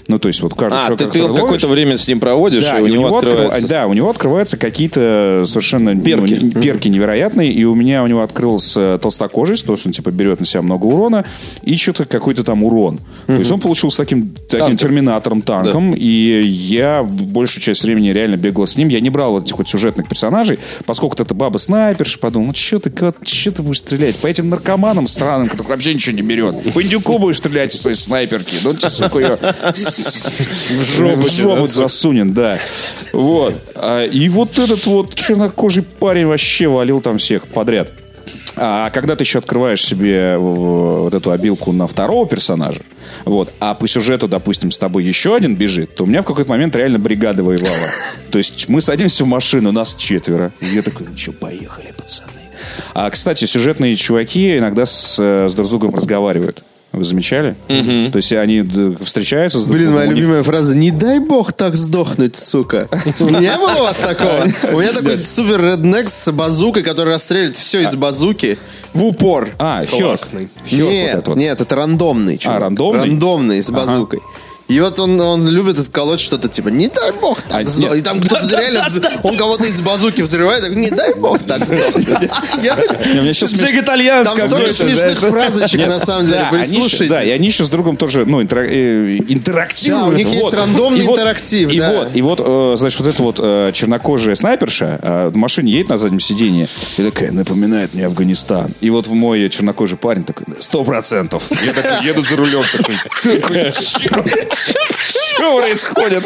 Ну, то есть вот каждый А, человек, ты, ты который ловишь- какое-то время с ним проводишь, да, и у него, открывается... открыва- Э, да, у него открываются какие-то совершенно ну, Перки. не- перки невероятные. И у меня у него открылся толстокожесть, то есть он типа берет на себя много урона и что-то какой-то там урон. То есть он получился таким, таким Танком. терминатором, танком. И я большую часть времени реально бегал с ним. Я не брал этих вот сюжетных персонажей, поскольку вот эта баба снайперша подумал, ну что ты, кот, чё ты будешь стрелять? По этим наркоманам странным, которые вообще ничего не берет. По индюку будешь стрелять из своей снайперки. Ну ты, сука, ее в жопу, в жопу засунен, да. Вот. А, И вот этот вот чернокожий парень вообще валил там всех подряд. А когда ты еще открываешь себе э, вот эту обилку на второго персонажа, вот, а по сюжету, допустим, с тобой еще один бежит, то у меня в какой-то момент реально бригада воевала. То есть мы садимся в машину, нас четверо. И я такой, ну что, поехали, пацаны. А, кстати, сюжетные чуваки иногда с, э, с друг с другом разговаривают. Вы замечали? То есть они д- встречаются с друг Блин, другом, моя у них- любимая фраза «Не дай бог так сдохнуть, сука». Не было у вас такого? У меня такой супер реднекс с базукой, который расстреливает все из базуки в упор. А, Хёрк. Классный. Хёрк вот Нет, этот вот. А, нет, это рандомный. чувак. рандомный? Рандомный, с базукой. И вот он, он любит отколоть что-то типа «Не дай бог А, так сдох». нет. И там кто-то реально... вз- Он кого-то из базуки взрывает, так «Не дай бог так сдох». Я так- Не, мне щас смешно. Там столько смешных фразочек, на самом деле. Да, Вы они еще- да, и слушаете. они еще с другом тоже, ну, интера- э, интерактивируют. Да, у них есть вот. рандомный И вот- интерактив, и да. Вот, и вот, э, значит, вот эта вот э, чернокожая снайперша э, в машине едет на заднем сиденье и такая, напоминает мне Афганистан. И вот мой чернокожий парень такой, сто процентов. Я такой, еду за рулем. такой, «Такой, чё? Что происходит?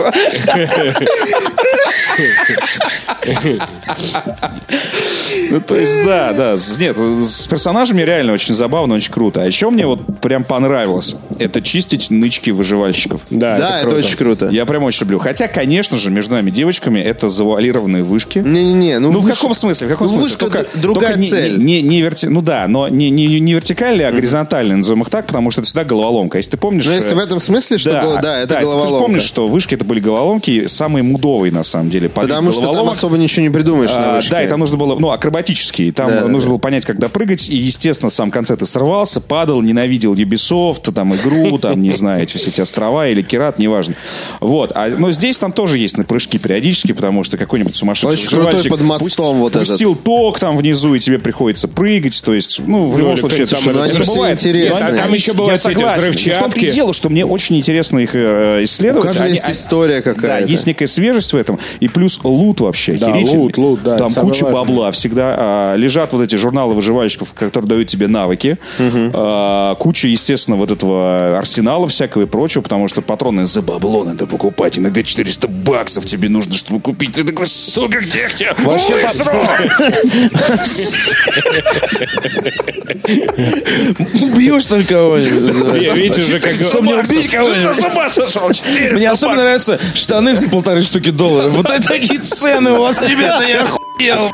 Ну, то есть, да, да. С- Нет, с персонажами реально очень забавно, очень круто. А еще мне вот прям понравилось. Это чистить нычки выживальщиков. Да, Да, это круто. очень круто. Я прям очень люблю. Хотя, конечно же, между нами девочками это завуалированные вышки. Не-не-не, ну Ну, в вышка- каком смысле? В каком ну, смысле? вышка Только- д- другая только не- цель. Не, не, верти- ну да, но не, не, не вертикально, а горизонтально, назовем их так, потому что это всегда головоломка. Если ты помнишь... Ну, если э, в этом смысле, что было, да, это ты же головоломка. помнишь, что вышки это были головоломки, самые мудовые, на самом деле. по Потому виду что там головоломок. особо ничего не придумаешь А, на вышке. да, и там нужно было, ну, акробатические. Там Да, да, нужно да. было понять, когда прыгать. И, естественно, сам концерт ты сорвался, падал, ненавидел Ubisoft, там, игру, там, не знаю, эти все эти острова или Керат, неважно. Вот. А, но здесь там тоже есть на прыжки периодически, потому что какой-нибудь сумасшедший Очень крутой выживальщик под мостом вот этот. пустил ток там внизу, и тебе приходится прыгать. То есть, ну, в Ну, любом или случае, это, кто-нибудь там- Ну, они это все бывает. интересные. Я- Там еще я бывают эти согласен. В том-то и взрывчатки. дело, что мне очень интересно их э, У исследовать. каждого Они- Ну, есть они- история да, какая-то. есть некая свежесть в этом. И плюс лут вообще Да, охерительный. лут, лут, да, Там это самое куча важное. бабла всегда. а, лежат вот эти журналы выживальщиков, которые дают тебе навыки. А, куча, естественно, вот этого арсенала всякого и прочего, потому что патроны за бабло надо покупать. Иногда 400 баксов тебе нужно, чтобы купить. Ты такой, сука, где тебя? Вообще Убьешь только кого-нибудь. Не, Видите же, как... мне убить кого-нибудь? Мне особенно нравятся штаны за полторы штуки долларов. Вот это такие цены у вас, ребята, я охуел.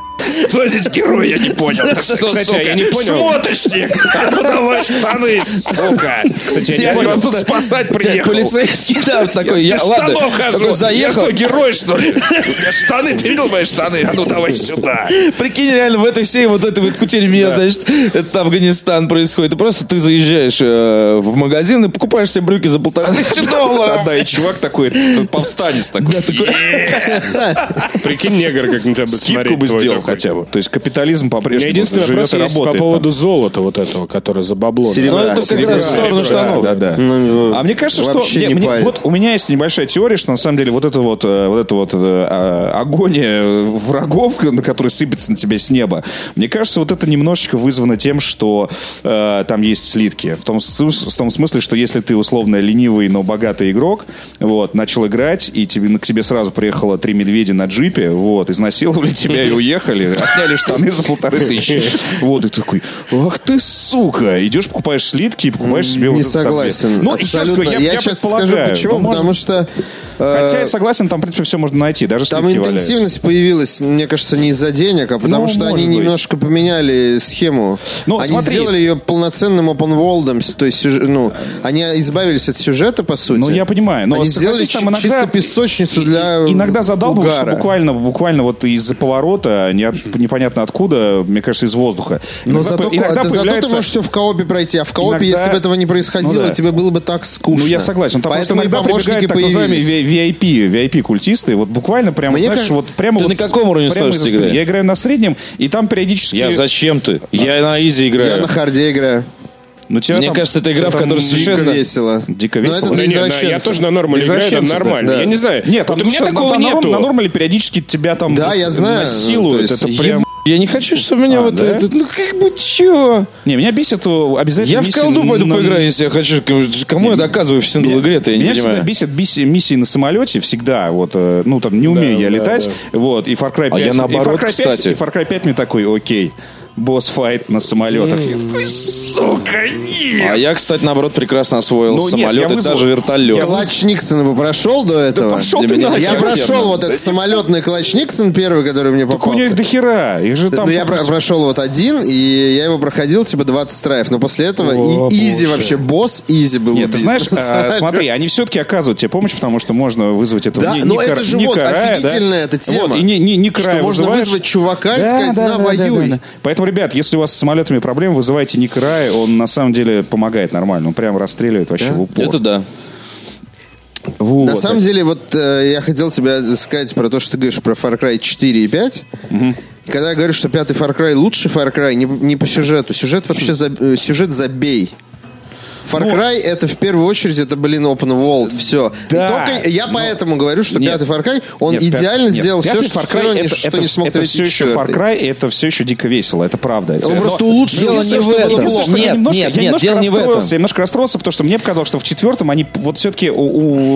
Кто здесь герой? Я не понял. Что, кстати, я не понял. Смоточник! Ну давай штаны, сука! Кстати, я не Я понял. вас тут спасать Блядь, приехал. Полицейский, да, такой, я, Без ладно, штанов хожу. такой заехал. Я что, герой, что ли? Я штаны, ты видел мои штаны? А ну давай сюда. Прикинь, реально, в этой всей вот этой вот кутере меня, значит, это Афганистан происходит. И просто ты заезжаешь э, в магазин и покупаешь себе брюки за полторы тысячи долларов. Да, и чувак такой, э, повстанец такой. Прикинь, негр, как на тебя будет Скидку смотреть. бы твой сделал такой. хотя бы. То есть капитализм У меня по-прежнему единственный живет вопрос и есть по работает. поводу золота вот этого, которое за бабло. Серебра. Ну, это как Серебра. раз в сторону штанов. Да, да. Ну, а мне кажется, что вообще мне- не мне- парит. вот у меня есть небольшая теория, что на самом деле вот это вот, э, вот это вот э, а, агония врагов, на которые сыпется на тебя с неба. Мне кажется, вот это немножечко вызвано тем, что э, там есть слитки. В том, су- в том смысле, что если ты условно ленивый, но богатый игрок, вот, начал играть, и тебе, ну, к тебе сразу приехало три медведя на джипе, вот, изнасиловали тебя и уехали, отняли штаны за полторы тысячи. Вот, и ты такой, ах ты сука! Идешь, покупаешь слитки и покупаешь себе вот Не этот таблет. согласен. Ну, еще абсолютно. раз говорю, я, сейчас скажу предполагаю. почему. Ну, может, Потому что Хотя я э, согласен, там, в принципе, все можно найти, даже Там слитки валяются. интенсивность появилась, мне кажется, не из-за денег, а потому Ну, что они может быть. немножко поменяли схему. Ну, они смотри. сделали ее полноценным open world, то есть сюж- ну, они избавились от сюжета, по сути. Ну, я понимаю, но они сделали согласись, там иногда- чисто песочницу для Иногда задал бы, что угара. буквально, буквально вот из-за поворота, не от- непонятно откуда, мне кажется, из воздуха. Но Иногда зато, по- иногда это зато ты появляется- можешь все в коопе пройти, а в коопе, Иногда- если бы этого не происходило, Ну да. тебе было бы так скучно. Ну, я согласен. Там Поэтому просто иногда и помощники прибегают так называемые появились. Ви- VIP, VIP-культисты. Вот буквально прямо, Мне знаешь, как- вот прямо... Ты вот на с- каком уровне прямо сложности из-за спины. играешь? Я играю на среднем, и там периодически... Я зачем ты? Я на изи э, Я играю. на харде играю. Ну, тебя Мне там- кажется, это игра, тебя в там которой дико совершенно- Дико весело. Ну, Дико Но весело. это Да для не, Ну, Да, я извращенцев. тоже на нормале играю, это Извращенцы, да. нормально. Да. Я не знаю. Нет, там вот у ну, меня что, такого на, на нету. норм- на нормале периодически тебя там Да, вот я знаю. насилуют. То есть это прям... Еб- Я не хочу, чтобы меня А, вот да? это... Ну как бы чё? Не, меня бесит э, обязательно... Я в миссии колду пойду на- поиграю, если я хочу. Кому я доказываю в сингл игре-то, я не Меня понимаю. всегда бесит биси- миссии на самолете, всегда, вот, э, ну, там, не умею я летать, вот, и Far Cry 5. А я и наоборот, Far Cry 5, кстати. И Far Cry 5 мне такой, окей, босс-файт на самолетах. Я такой, сука, нет! А я, кстати, наоборот, прекрасно освоил Ну, нет, я самолет и вызвал- даже вертолет. я Клатч Никсона бы прошел до этого. пошел для ты меня нахер. Я Хер прошел херно. вот этот самолетный клатч Никсон первый, который мне Так у попался. них до хера. Их же там... ну, я попросту- про- прошел вот один, и я его проходил, типа, 20 траев. Но после этого О, и изи боже. вообще, босс изи был Нет, ты убит. знаешь, а, смотри, они все-таки оказывают тебе помощь, потому что можно вызвать этого Да, Ни- но Ника- это же вот Ника Рая, да? офигительная эта тема. Вот, и не, не, Ника Что Рая можно вызываешь. вызвать чувака и сказать, «На, воюй». Поэтому, ребят, если у вас с самолетами проблемы, вызывайте Ника Рая, он на самом деле помогает нормально, он прям расстреливает вообще в упор. Это да. Вот. На самом деле, вот э, я хотел тебя сказать про то, что ты говоришь про Far Cry 4 и 5. Когда я говорю, что пятый Far Cry лучше Far Cry, не, не по сюжету. Сюжет вообще за- э, сюжет забей. Far Cry это в первую очередь, это, блин, open world, все. Да, я поэтому говорю, что Нет. пятый Far Cry, он Нет, пят- идеально нет, сделал все, пятый что, Far Cry не- это, что это- не смог это творить все еще Far четвертый. Cry, и это все еще дико весело, это правда. Он Но- просто улучшил, Дело единственное, не что в было этом. плохо. Единственное, что я Нет, немножко- нет, я нет, немножко дело не в этом. расстроился, Я немножко расстроился, потому что мне показалось, что в четвертом они вот все-таки, у,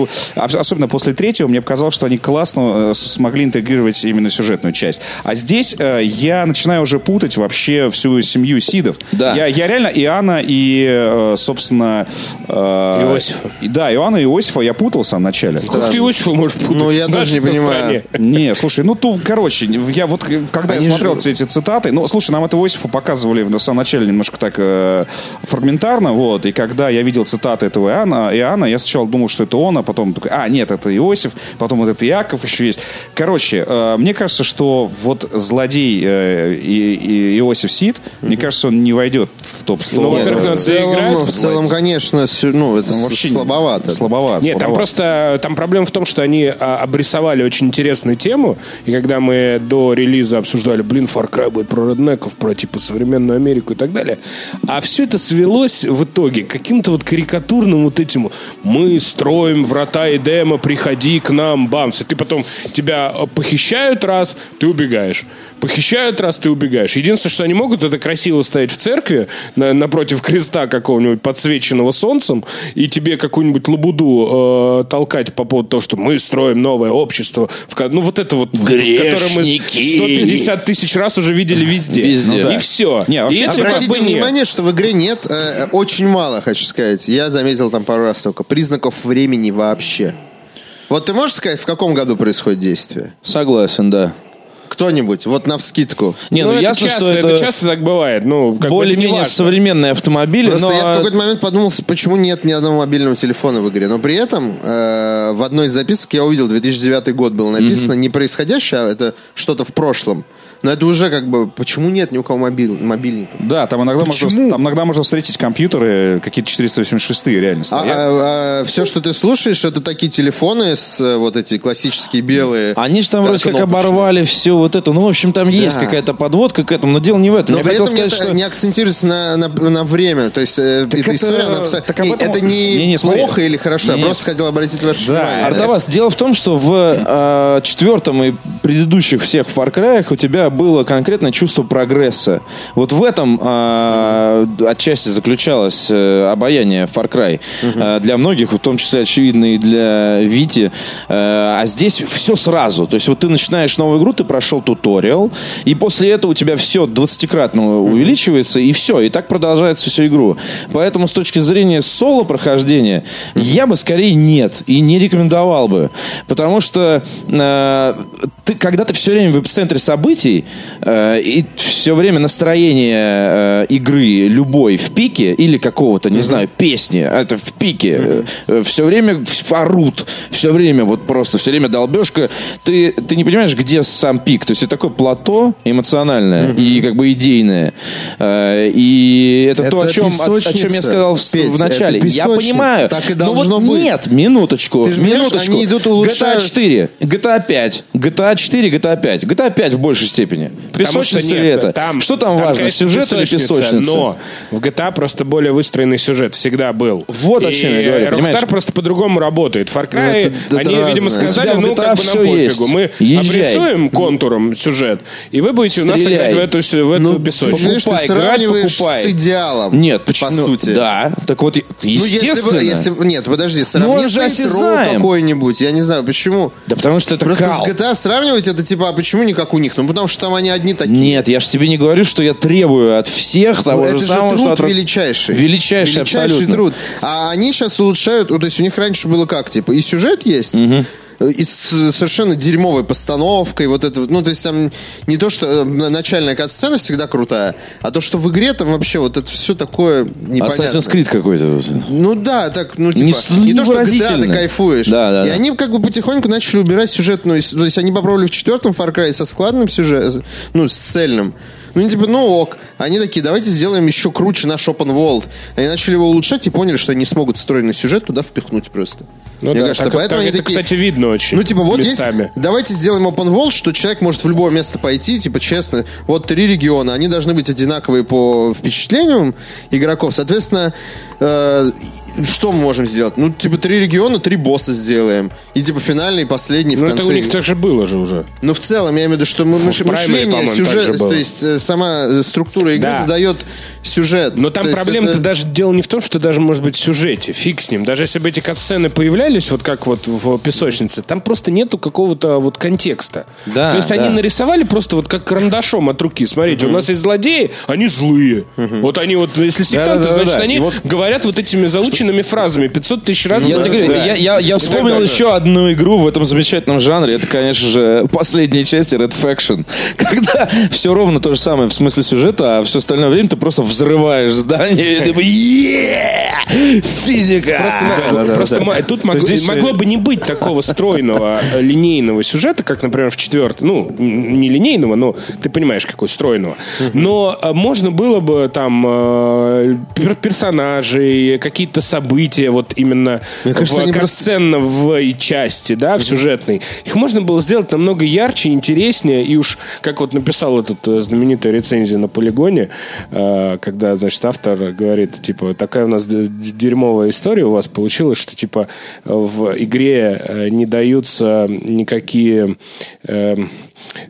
у- об- особенно после третьего, мне показалось, что они классно э, с- смогли интегрировать именно сюжетную часть. А здесь э, я начинаю уже путать вообще всю семью Сидов. Да. Я, я реально Иоанна и, э, собственно... э, Иосифа. и- Да, Иоанна и Иосифа я путал в самом начале. Как ты Иосифа можешь путать? Ну, я В тоже не нашей-то понимаю. стране. Не, слушай, ну тут, короче, я вот э, когда Они я смотрел же- все эти цитаты, ну, слушай, нам это Иосифа показывали в самом начале немножко так э, фрагментарно, вот, и когда я видел цитаты этого Иоанна, Иоанна, я сначала думал, что это он, а потом такой, а, нет, это Иосиф, потом вот это Иаков еще есть. Короче, э, мне кажется, что вот злодей э, и, и Иосиф Сид, мне кажется, он не войдет в топ-100. Ну, во-первых, В надо заиграть, целом, в позвать. целом, конечно, сю- ну, это Ну, с- вообще не- слабовато. Слабовато. Нет, там слабовато. просто там проблема в том, что они а, обрисовали очень интересную тему, и когда мы до релиза обсуждали, блин, Far Cry будет про реднеков, про типа современную Америку и так далее, а все это свелось в итоге к каким-то вот карикатурным вот этим «мы строим врата Эдема, приходи к нам, бамс». И ты потом, тебя э, похищают раз, ты убегаешь. Похищают раз, ты убегаешь. Единственное, что они могут, это красиво стоять в церкви на- напротив креста какого-нибудь подсвеченного солнцем и тебе какую-нибудь лабуду э, толкать по поводу того, что мы строим новое общество. в ко- ну, вот это вот, которое мы Грешники. 150 тысяч раз уже видели везде. Везде. И Ну да. все. Не, вообще- и это Обратите как бы не- внимание, что в игре нет, э, э, очень мало, хочу сказать. Я заметил там пару раз только признаков времени вообще. Вот ты можешь сказать, в каком году происходит действие? Согласен, да. Кто-нибудь, вот на вскидку. Не, ну, это ясно, часто, что это часто так бывает. Ну, как бы это не более-менее важно. современные автомобили, Просто ну, но... а я в какой-то момент подумал, с- почему нет ни одного мобильного телефона в игре. Но при этом э, в одной из записок я увидел, 2009 год было написано, не происходящее, а это что-то в прошлом. Но это уже как бы, почему нет ни у кого мобиль, мобильников? Да, там иногда, Почему? можно, там иногда можно встретить компьютеры, э, какие-то 486 реально А, стоят. все, что ты слушаешь, это такие телефоны с э, вот эти классические белые. Они же там вроде как кнопочные. оборвали все вот это. Ну, в общем, там есть Да. какая-то подводка к этому, но дело не в этом. Но я при хотел этом сказать, это что... не акцентируется на, на, на время. То есть э, эта это- история, она абсо- так об И этом- это не, Не, не, смотри. плохо или Не, хорошо. я не. просто хотел обратить ваше Да, внимание. а, Ардавас, дело в том, что в э, четвертом и предыдущих всех Far Cry'ах у тебя игра было конкретное чувство прогресса. Вот в этом а, отчасти заключалось э, обаяние Far Cry. Э, для многих, в том числе, очевидно, и для Вити. Э, а здесь все сразу. То есть вот ты начинаешь новую игру, ты прошел туториал, и после этого у тебя все 20-кратно увеличивается, и все. И так продолжается всю игру. Поэтому с точки зрения соло прохождения, я бы скорее нет. И не рекомендовал бы. Потому что э, ты, когда ты все время в эпицентре событий, э, и все время настроение э, игры любой в пике, или какого-то, не знаю, песни, а это в пике, все время в- орут, все время вот просто, все время долбежка, ты, ты не понимаешь, где сам пик. То есть это такое плато эмоциональное и как бы идейное. Э, И это, то, о Это чем, о, о чем я песочница, сказал в, Петь, это начале. Я песочница, понимаю. так и но должно вот быть. Нет, минуточку. Ты же понимаешь, минуточку. А они идут и улучшают. GTA 4, GTA 5, GTA 4, GTA 5. GTA 5 А в большей степени. Потому что Песочница нет, ли это? Там, что там, важно, конечно, сюжет или песочница? Но в GTA просто более выстроенный сюжет всегда был. Вот о чем я говорю, понимаешь? Rockstar просто по-другому работает. Far Ну, Cry, это- это они, разное. видимо, сказали, У тебя в ну, GTA как бы нам всё пофигу. есть. Мы Езжай. обрисуем контуром сюжет, и вы будете у нас Стреляй. Ну, играть в эту, с- в эту ты, песочницу. знаешь, ты Покупай, играть сравниваешь покупай. с идеалом. Нет, почему? По сути. Да. Так вот, Ну, если естественно. бы, если бы- нет, подожди, он сравни же Saints Row осязаем. какой-нибудь, я не знаю, почему. Да потому что это Просто кал. с GTA сравнивать это типа, а почему не как у них? Ну, потому что там они одни такие. Нет, я же тебе не говорю, что я требую от всех того Ну, это же же самого, труд что от... величайший. Величайший, абсолютно. труд. А они сейчас улучшают, ну, то есть у них раньше было как, типа, и сюжет есть, э, и с совершенно дерьмовой постановкой, вот это, вот. ну, то есть там не то, что э, на- начальная катсцена всегда крутая, а то, что в игре там вообще вот это все такое непонятное. А Assassin's Creed какой-то. Ну да, так, ну типа, Не не, с- то, что GTA ты невыразительно. кайфуешь. Да, да, и да. они как бы потихоньку начали убирать сюжетную... с- То есть они попробовали в четвертом Far Cry со складным сюжетом, ну, с цельным. Ну, они типа, ну ок. Они такие, давайте сделаем еще круче наш open world. Они начали его улучшать и поняли, что они не смогут стройный сюжет туда впихнуть просто. Ну Мне да, кажется, так- поэтому так они это, такие, кстати, видно очень ну, типа, вот местами. есть... Давайте сделаем open world, что человек может в любое место пойти, типа, честно. Вот три региона, они должны быть одинаковые по впечатлениям игроков. Соответственно, э, что мы можем сделать? Ну, типа, три региона, три босса сделаем. И, типа, финальный, и последний в Ну, это конце. у них так же было же уже. Ну, в целом, я имею в виду, что мы, В мыш- Primer, мышление, по-моему, так сюжет, же было. то есть э, сама э, структура игры Да. задает сюжет. Но там То есть проблема-то это- даже дело не в том, что даже, может быть, в сюжете, фиг с ним. Даже если бы эти катсцены появлялись, вот как вот в «Песочнице», там просто нету какого-то вот контекста. Да, То есть да. они нарисовали просто вот как карандашом от руки. Смотрите, у нас есть злодеи, они злые. Вот они вот, если сектанты, Да-да-да-да. значит, И они вот- Ну говорят вот этими заученными фразами 500 тысяч раз. Я Да. тебе говорю, Да. я, я- я И так вспомнил далее. еще одну игру в этом замечательном жанре. Это, конечно же, последняя часть Red Faction. Когда все ровно то же самое в смысле сюжета, а все остальное время ты просто взрываешь здание. И ты бы, «Е-е-е! Физика! Просто, Да, да, да, просто да. мо- тут То могло, есть здесь, э, могло бы не быть такого стройного э, линейного сюжета, как, например, в четвертом. Ну, м, не линейного, но ты понимаешь, какой стройного. Но э, можно было бы там э, пер- персонажей, какие-то события, вот именно кажется, в они просто- катсценно в части, да, в сюжетной. Их можно было сделать намного ярче, интереснее. И уж, как вот написал этот э, знаменитая рецензия на полигоне, э, когда, значит, автор говорит, типа, такая у нас д- д- дерьмовая история у вас получилась, что, типа, э, в игре э, не даются никакие... э,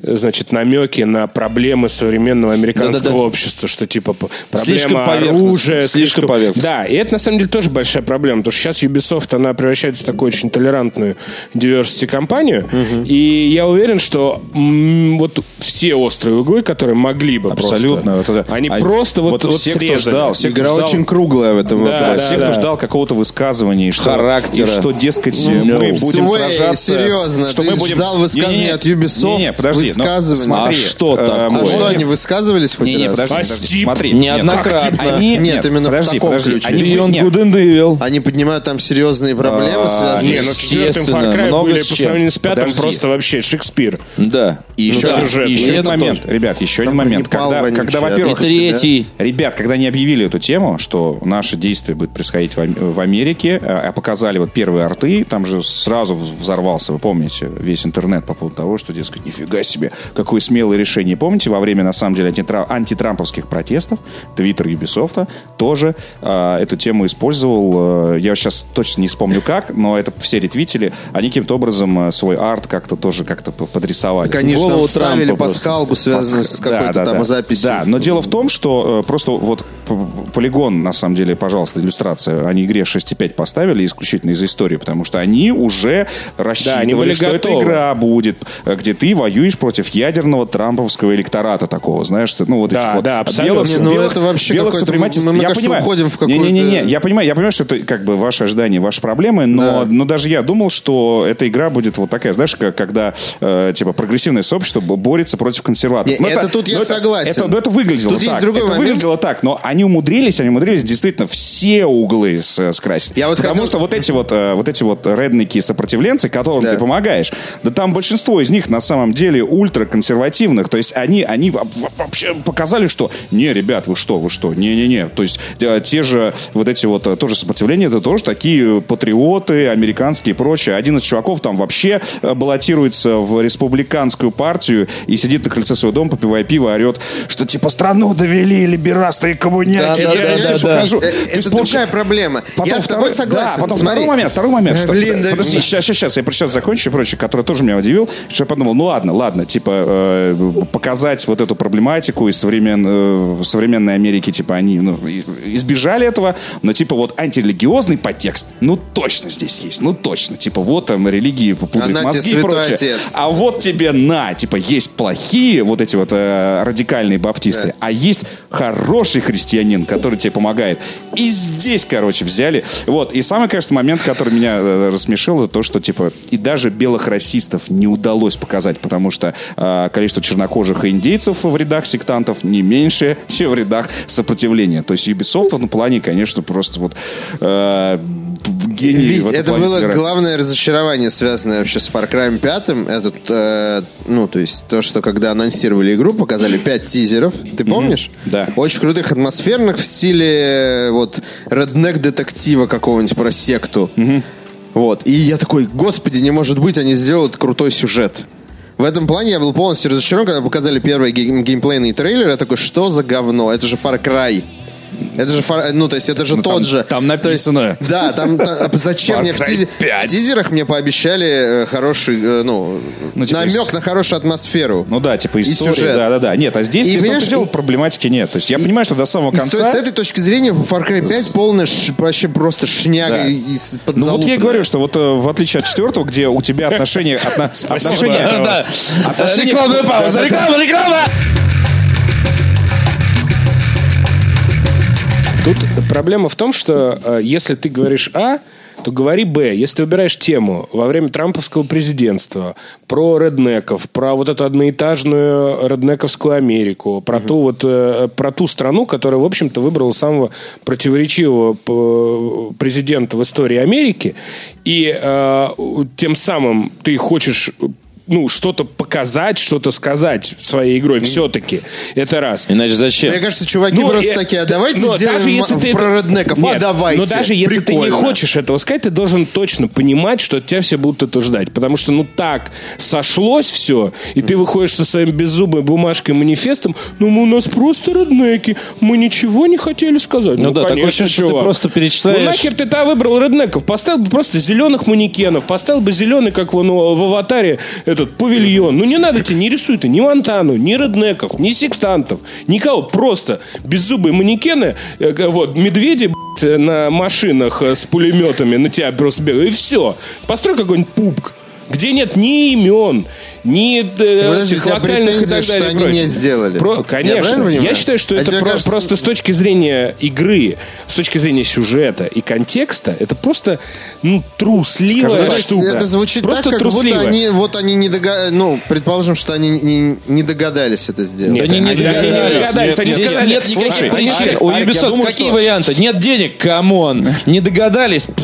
значит, намеки на проблемы современного американского Да-да-да. общества, что типа п- Слишком проблема поверхностно, оружия, слишком поверхностно. да, и это на самом деле тоже большая проблема, потому что сейчас Ubisoft, она превращается в такую очень толерантную diversity компанию, и я уверен, что м, вот все острые углы, которые могли бы Абсолютно. просто, Вот это- они а- просто вот, вот все, кто срезали. ждал, все, кто Игра ждал- очень круглая в этом Да, Да, вопросе. все, да. кто ждал какого-то высказывания, и что, Характера. и что дескать, мы будем Свэй, сражаться. серьезно, что ты мы будем... ждал высказывания Не-не-не, от Ubisoft? Не-не, подожди, ну, Высказывания. смотри, А что э, такое? А мы- что, они высказывались хоть Не-не, раз? подожди, А подожди, Стип? смотри. Неоднократно. Как Стип? Они- Нет, именно в подожди, таком подожди, ключе. они- Beyond нет. Good and Evil. Они поднимают там серьезные проблемы, А, связанные Не, ну с... в четвертом Естественно, Far Cry много были с по чем. сравнению с пятым Подожди. просто вообще Шекспир. Да. И еще, да. и Сюжет. еще И один это момент, ребят, еще один момент. Непал Когда, вонючий, когда да. во-первых, И третий. Ребят, когда они объявили эту тему, что наше действие будет происходить в Ам- в Америке, а а показали вот первые арты, там же сразу взорвался, вы помните, весь интернет по поводу того, что, дескать, нифига себе, какое смелое решение. Помните, во время, на самом деле, антитра- антитрамповских протестов, твиттер Ubisoft тоже а, эту тему использовал. э, Я сейчас точно не вспомню как, но это все ретвитили. Они каким-то образом э, свой арт как-то тоже как-то п- подрисовали. Конечно, Голову вставили Трампа по просто. пасхалку, связанную с какой-то да, там да. записью. Да, но дело в том, что э, просто вот п- п- полигон, на самом деле, пожалуйста, иллюстрация, они игре 6.5 поставили исключительно из истории, потому что они уже рассчитывали, были что эта готовы. игра будет, э, где ты воюешь против ядерного трамповского электората такого, знаешь, ты, ну вот Да, этих вот да, абсолютно. белых- Не, ну белых- это вообще белых какой-то- супрематистов. мы, мне Я кажется, понимаю. уходим в Не-не-не, какую-то- я понимаю, я понимаю, что это как бы ваши ожидания, ваши проблемы, но, Да. но даже я думал, что эта игра будет вот такая, знаешь, как- когда э, типа прогрессивное сообщество бо- борется против консерваторов. Не, Но это тут я но это- согласен. Это, но это выглядело Тут так. есть другой это момент. выглядело так, но они умудрились, они умудрились действительно все углы с- э, скрасить. Я вот Потому хотел- что вот эти вот, э, вот эти вот редники и сопротивленцы, которым Да. ты помогаешь, да там большинство из них на самом деле ультраконсервативных, то есть они, они во- во- вообще показали, что не, ребят, вы что, вы что, не-не-не, то есть э, те же вот эти вот э, тоже сопротивления, это тоже такие патриоты американские и прочее. Один из чуваков там вообще э, баллотируется в республиканскую партию и сидит на крыльце своего дома, попивая пиво, орет, что типа страну довели либерасты и коммуняки. Да, я Это, да, им понимаешь, всё да, да. покажу». э, То есть, это получается, другая проблема. я с тобой второй- согласен. Да, потом Смотри. второй момент, второй момент. Э, что- Блин, да, подожди, сейчас, сейчас, сейчас, я сейчас закончу и прочее, который тоже меня удивил, что я подумал, ну ладно, ладно, типа э, показать вот эту проблематику из современ, э, в современной Америки, типа они ну, и- избежали этого, но типа вот антирелигиозный подтекст, ну точно здесь есть, ну точно, типа вот там религии пудрят Она тебе мозги и святой прочее. отец. А вот тебе на, типа есть плохие вот эти вот э, радикальные баптисты, Да. а есть хороший христианин, который тебе помогает. И здесь, короче, взяли. Вот. И самый, конечно, момент, который меня э, рассмешил, это то, что, типа, и даже белых расистов не удалось показать, потому что э, количество чернокожих и индейцев в рядах сектантов не меньше, чем в рядах сопротивления. То есть Ubisoft в этом плане, конечно, просто вот э, гений. Вить, в этом это плане было играет. главное разочарование, связанное вообще с Far Cry 5. Это, э, ну, то есть то, что когда анонсировали игру, показали 5 тизеров. Ты помнишь? Да. Очень крутых, атмосферных, в стиле э, вот реднек-детектива какого-нибудь про секту. Вот. И я такой, господи, не может быть, они сделают крутой сюжет. В этом плане я был полностью разочарован, когда показали первый гейм- геймплейный трейлер. Я такой, что за говно? Это же Far Cry. Это же, Far- ну, то есть, это же Ну, тот там- же. там То есть- написано. да, там та- а зачем мне в, Far Cry тизе- 5. в тизерах мне пообещали э, хороший, э, ну, Ну, типа намек из- на хорошую атмосферу. Ну да, типа история, сюжет. да-да-да. Нет, а здесь, И, здесь понимаешь, только дело и- в проблематике нет. То есть я понимаю, что до самого И с, той- конца... с этой точки зрения Far Cry 5 полная ш- вообще просто шняга Да. и, и с- Ну вот я подзалупанная. и говорю, что вот э, в отличие от четвертого, где у тебя отношения... отно- отношения- отношения- Да-да-да. реклама, реклама! Тут проблема в том, что э, если ты говоришь А, то говори Б. Если ты выбираешь тему во время трамповского президентства про реднеков, про вот эту одноэтажную реднековскую Америку, про ту вот э, про ту страну, которая, в общем-то, выбрала самого противоречивого п- президента в истории Америки, и э, тем самым ты хочешь ну, что-то показать, что-то сказать своей игрой все-таки. Это раз. Иначе зачем? Мне кажется, чуваки Ну, просто э, такие, а да, давайте но сделаем даже если м- ты про это- реднеков. Нет, а давайте. Но даже если ты не Прикольно. хочешь этого сказать, ты должен точно понимать, что от тебя все будут это ждать. Потому что, ну, так сошлось все, и ты выходишь со своим беззубой бумажкой и манифестом, ну, мы у нас просто реднеки, мы ничего не хотели сказать. Ну да, такое конечно, ощущение, что ты чувак. просто перечитаешь. Ну, нахер ты там выбрал реднеков? Поставил бы просто зеленых манекенов, поставил бы зеленый, как вон у- в аватаре, этот павильон. Ну, не надо тебе, не рисуй ты ни Монтану, ни реднеков, ни сектантов, никого. Просто беззубые манекены, э, г- вот, медведи, б***ь, э, на машинах э, с пулеметами на тебя просто бегают, и все. Построй какой-нибудь пупк. Где нет ни имен, ни э, Подожди, этих у тебя локальных и претензии, так что далее. и они прочее. не сделали? Про- Я правильно конечно. Я, понимаю? считаю, что А это тебе про- кажется- просто с точки зрения игры, с точки зрения сюжета и контекста, это просто ну, трусливая Ну, то есть штука. Это звучит просто так, как трусливая. будто они, вот они не догадались, ну, предположим, что они не, не догадались это сделать. Нет, Они не Они догадались. догадались, они Здесь сказали, нет никаких слушай, причин. Арик, У Арик, я Ubisoft думаю, какие что- варианты? Нет денег, камон. Не догадались. Пф.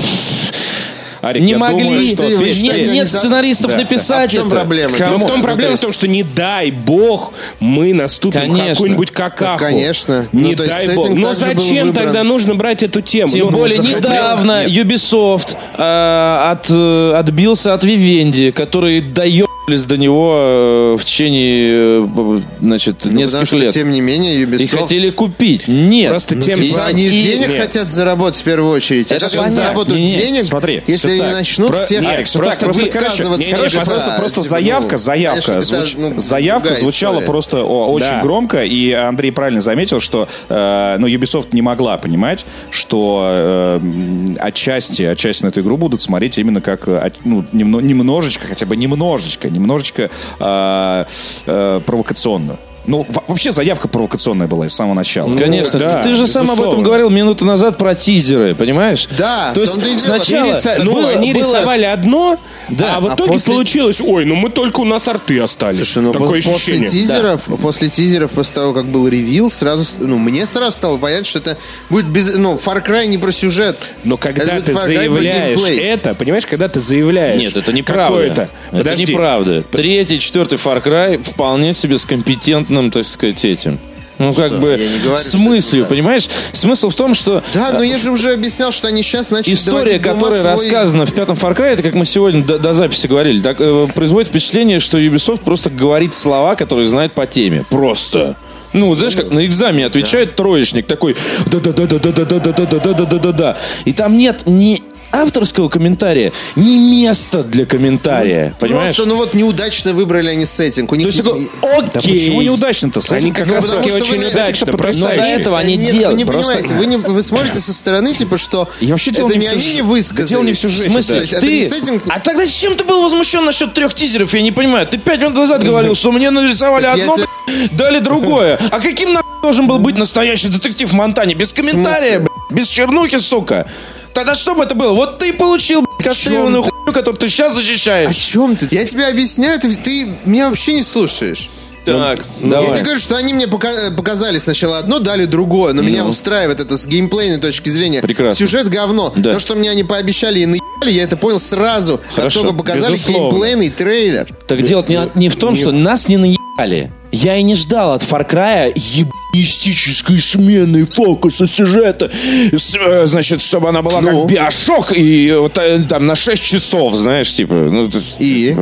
Арик, Не я думаю, могли. что ты- ты- что Нет я не нет за- сценаристов Да. А в написать чем это. проблема? Но в Камон, том ну, проблема то в том, что не дай бог мы наступим Конечно. какую-нибудь какаху. конечно. Не Ну, то есть дай сеттинг бог. Но также был зачем выбран. тогда нужно брать эту тему? Тем Ну, более захотел. недавно Ubisoft э, от, э, отбился от Vivendi, который дает Лез до него э, в течение, э, б- значит, Потому нескольких что, лет. тем не менее, И Ubisoft... Ну, типа, хотели купить. Нет. Просто тем и- самым- Они Типа, и- денег нет. хотят заработать в первую очередь. А Это как они понятно. заработают Не-не, денег, смотри, если всё они так. начнут Про- всех Нет, просто всё так, просто, короче, высказываться. не, не, против просто, этого. просто Типа, заявка, ну, заявка, конечно, это, звуч- ну, заявка другая звучала история. просто о, очень Да. громко, и Андрей правильно заметил, что э, ну, Ubisoft не могла понимать, что э, м, отчасти, отчасти на эту игру будут смотреть именно как э, от- ну, немно- немножечко, хотя бы немножечко, немножечко э, э, провокационно. Ну, во- вообще заявка провокационная была с самого начала. Ну, Конечно, Ну, да, ты, ты же сам об безусловно. этом говорил минуту назад про тизеры, понимаешь? Да, То в есть том-то и дело. сначала Или Риса- ну, было- они было- рисовали одно, а в А итоге после- получилось, ой, ну мы только у нас арты остались. Слушай, ну Такое пос- после ощущение. тизеров, после тизеров, после того, как был ревил, сразу, с- ну, мне сразу стало понятно, что это будет без, ну, Far Cry не про сюжет. Но Это когда будет ты Far Cry про заявляешь геймплей. это, понимаешь, когда ты заявляешь... Нет, это неправда. какое-то- Это Подожди. неправда. Третий, четвертый Far Cry вполне себе с компетентным, так сказать, этим. Ну, как бы, Я не говорю, с что это мыслью, неправда. понимаешь? Смысл в том, что Да, но я же уже объяснял, что они сейчас начали история, которая рассказана в пятом Far Cry, это, как мы сегодня до, до записи говорили, так, э, производит впечатление, что Ubisoft просто говорит слова, которые знает по теме. Просто. Ну, вот знаешь, как на экзамене отвечает троечник такой да-да-да-да-да-да-да-да-да-да-да-да-да. И там нет ни авторского комментария, ни места для комментария. понимаешь? Просто, ну вот неудачно выбрали они сеттинг. У них То есть такой, Да окей. почему неудачно-то? Они как Ну, раз потому таки что вы очень не- удачно, Ну, это потрясающе. потрясающе. Но до этого они Нет, делают, Вы не просто- понимаете, вы, не, вы смотрите со стороны, типа, что Я вообще дело это не не в они сюжете. не высказались. Дело не в сюжете, В смысле, То есть это ты... не сеттинг. А тогда чем ты был возмущен насчет трех тизеров? Я не понимаю. Ты пять минут назад говорил, что мне нарисовали Так я одно, тебе- блядь, дали другое. А каким нахуй должен был быть настоящий детектив в Монтане? Без комментария, смысле? блядь, без чернухи, сука. Тогда что бы это было? Вот ты и получил, блядь, кастрированную хуйню, которую ты сейчас О защищаешь. чем ты? Я тебе объясняю, ты, ты меня вообще не слушаешь. Так, Я тебе говорю, что они мне пока- показали сначала одно, дали другое, но меня устраивает это с геймплейной точки зрения. Ну. Прекрасно. Сюжет говно. Да. То, что мне они пообещали и наебали, я это понял сразу. Хорошо. Как только показали Безусловно. геймплейный трейлер. Так дело Э, не, не в том, что нас не наебали. Я и не ждал от Far Cry ебанистической смены фокуса сюжета. С- э, значит, чтобы она была Ну. как биошок и э, вот, э, там на 6 часов, знаешь, типа. ну, т- И?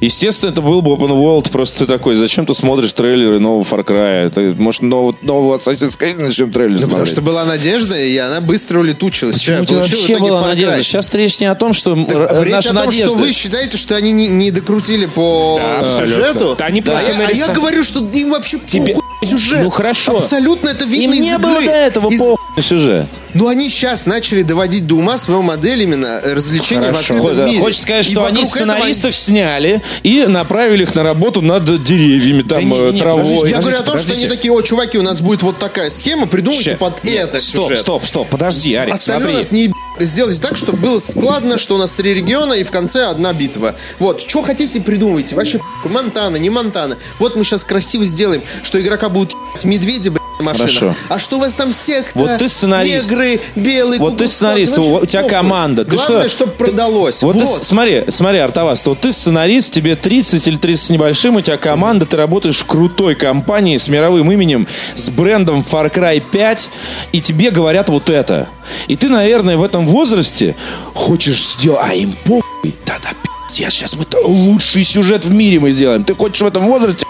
Естественно, это был бы open world, просто ты такой, зачем ты смотришь трейлеры нового Far Cry? Ты, может, нового, нового Assassin's Creed начнем трейлер Ну, потому смотреть? что была надежда, и она быстро улетучилась. Почему Всё, у я тебя получил в вообще итоге была Far Cry. надежда? Сейчас речь не о том, что э, м, Так, р- речь наша о том, надежда. что вы считаете, что они не, не докрутили по э, абсолютно. сюжету. Да, они А просто я- а, я, нарисовали. говорю, что им вообще похуй на сюжет. Ну, хорошо. Абсолютно это Им видно из не игры. было до этого Из- похуй на сюжет. Но они сейчас начали доводить до ума свою модель именно э, развлечения в Хо- открытом да, мире. Хочется сказать, И что они вокруг этого сценаристов сняли и направили их на работу над деревьями, там, не- э, не, травой. подождите, Я говорю о том, что они подождите. такие, о, чуваки, у нас будет вот такая схема, придумайте Ща. под это Стоп, сюжет. стоп, стоп, подожди, Арик, Остальное смотри. у нас не еб- сделайте так, чтобы было складно, что у нас три региона и в конце одна битва. Вот, что хотите, придумайте. Вообще, п***, Монтана, не Монтана. Вот мы сейчас красиво сделаем, что игрока будут ебать медведи, блядь, на машинах. Хорошо. А что у вас там всех Вот ты сценарист. Негры, белые, ну, Вот ты сценарист, у- у тебя команда. Ты Главное, что- чтобы продалось. Вот, ты с- смотри, смотри, Артавас, вот ты сценарист, тебе 30 или 30 с небольшим, у тебя команда, ты работаешь в крутой компании с мировым именем, с брендом Far Cry 5, и тебе говорят вот это. И ты, наверное, в этом возрасте хочешь сделать, а им похуй, да-да, пиздец, сейчас мы то- лучший сюжет в мире мы сделаем. Ты хочешь в этом возрасте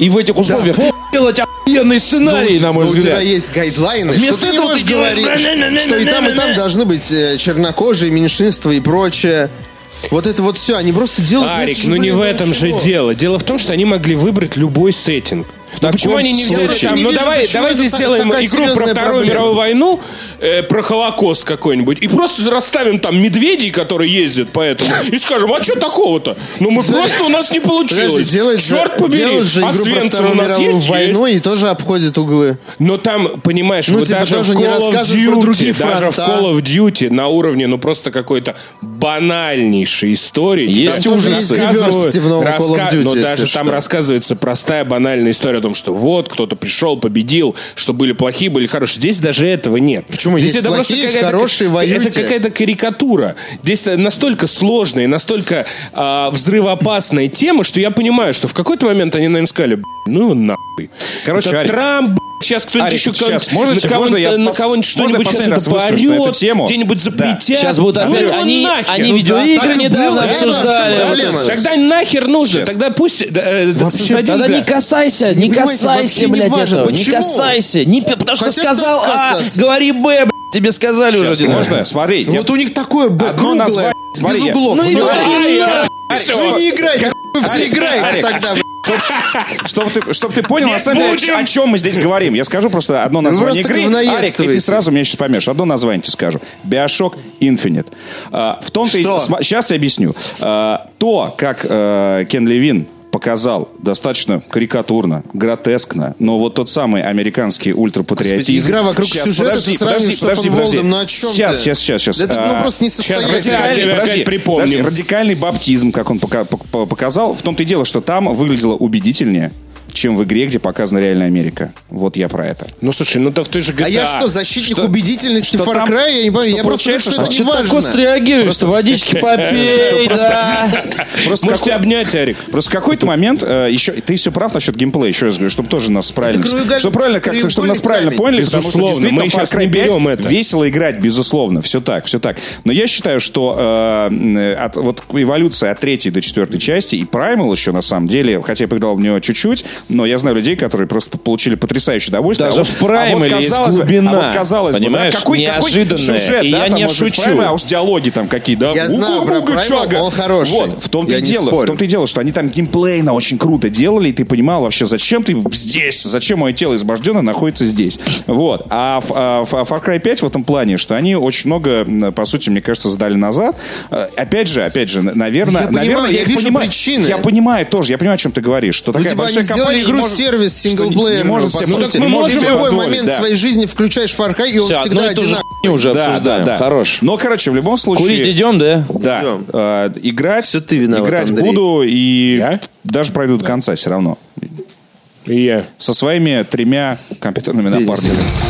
и в этих условиях делать охуенный сценарий, на мой Но Ну, у взгляд. тебя есть гайдлайны, Вместо что ты не этого можешь ты делаешь говорить, что и там, и там должны быть э, чернокожие, меньшинства и прочее. Вот это вот все, они просто делают... Арик, чё, ну не блин, в ну этом же чего? дело. Дело в том, что они могли выбрать любой сеттинг. Ну, таком почему они не взяли случае- там, Я ну не вижу, давай, почему давайте это та- сделаем такая игру про серьезная Вторую проблема. мировую войну, э, про Холокост какой-нибудь, и просто расставим там медведей, которые ездят по этому, и скажем, а что такого-то? Ну мы просто у нас не Подожди, получилось. делают же, Черт побери, делают же а игру про Свенсон Вторую у нас мировую есть? войну Есть. и тоже обходят углы. Но там, понимаешь, Ну, вот типа, даже тоже в не Call of рассказывают про Duty, другие даже в фронта. Call of Duty на уровне, ну просто какой-то банальнейшей истории. Есть Там тоже ужасы. рассказывают- Diversity в новом Call of раска- Duty, Но если даже что. там рассказывается простая банальная история о том, что вот кто-то пришел, победил, что были плохие, были хорошие. Здесь даже этого нет. Почему? Здесь Есть это просто плохие, есть какая-то- хорошие, воюйте. Это какая-то карикатура. Здесь настолько сложная и настолько а, взрывоопасная тема, что я понимаю, что в какой-то момент они, наверное, сказали, «Б***ь, ну его нахуй. Короче, Это Арик, Трамп, Сейчас кто-нибудь Арик, еще кого- щас, можно- на можно я кого-нибудь, на пос- кого-нибудь можно я что-нибудь сейчас последний раз выскажусь на эту это тему? поорет, где-нибудь Да. запретят. Сейчас будут Да опять, ну они, нахер. они Ну, видеоигры недавно было, да, обсуждали. да, Вот проблема. это. Тогда нахер нужно, Сейчас. тогда пусть... э, э, господин, Тогда бля, не касайся, не понимаете, касайся, вообще не блядь, важно, этого. Не почему? касайся. Не, пи- потому что Хотя сказал как А, касаться? говори Б, блядь. Тебе сказали уже. Сейчас, Дина. можно? Э, Смотри, я- Вот у них такое б, Одно название. круглое, Смотри, без я- углов. Ну и Ну, говори нахуй. ну, Вы не играете, вы все Арик, играете Арик, тогда. Чтобы ты, чтоб ты понял, на самом деле, о ч- будем! о чем мы здесь говорим. Я скажу просто одно название просто игры. Арик, и говноедствуете. ты сразу меня сейчас поймешь. Одно название тебе скажу. Bioshock Infinite. А, в том-то Что? Сейчас я объясню. А, то, как э, Кен Левин показал достаточно карикатурно, гротескно, но вот тот самый американский ультрапатриотизм... Господи, игра вокруг Щас, сюжета подожди, ты подожди, сравниваешь с подожди, Open подожди. World'ом, ну о чем Сейчас, ты? сейчас, сейчас, сейчас. Это, ну, А, просто не радикально. состоятельно. тебя опять припомним. подожди, радикальный баптизм, как он пока- пок- по- показал, в том-то и дело, что там выглядело убедительнее, чем в игре, где показана реальная Америка. Вот я про это. Ну, слушай, ну то в той же GTA... А я что, защитник Что- убедительности что Far там- Cry? Я не понимаю, что я просто получается, думаю, что это не Что ты так остро важно. реагируешь-то? Водички попей, да. Просто Можете какой- обнять, Арик. Просто какой-то момент э, еще ты все прав насчет геймплея, еще раз говорю, чтобы тоже нас правильно, краеугольный- чтобы правильно как, чтобы нас краеугольный правильно камень. поняли, потому что Безусловно, действительно мы Far щас Cry не 5 берем это. весело играть, безусловно, все так, все так. Но я считаю, что э, от, вот эволюция от третьей до четвертой части и Primal еще на самом деле, хотя я поиграл в нее чуть-чуть, но я знаю людей, которые просто получили потрясающее удовольствие. Даже а вот, в Primal а вот, есть казалось бы- глубина, а вот казалось бы, да, понимаешь, какой, какой неожиданная. сюжет, И да, я там не может быть шучу. Primal, а уж диалоги там какие, да? Я знаю про Уга-буга, Primal, чага. он хороший. Вот, в том-то Я и не дело, в спорю. том-то и дело, что они там геймплейно очень круто делали, и ты понимал вообще, зачем ты здесь, зачем мое тело избожденное находится здесь. Вот. А, ф- а ф- а Far Cry 5 в этом плане, что они очень много, м, по сути, мне кажется, задали назад. Э, Опять же, опять же, на- наверное... Я понимаю, наверное, я их вижу понимаю. причины. Я понимаю тоже, я понимаю, о чем ты говоришь, что такая типа, они большая сделали компания не может- игру-сервис что не- не синглплеерную, может по себе- сути. Ну так мы Мы Ты можем типа, в можем себе любой позволить, позволить, момент да. своей жизни включаешь Far Cry, и он Все, всегда одно и то же одинаковый. хуйню уже Да, обсуждаем. да, да. Хорош. Но, короче, в любом случае... Курить идем, да? Да. Идем. Э, играть. Всё ты виноват, Играть Андрей. буду и Я? даже пройду до конца все равно. И я. Со своими тремя компьютерными напарниками.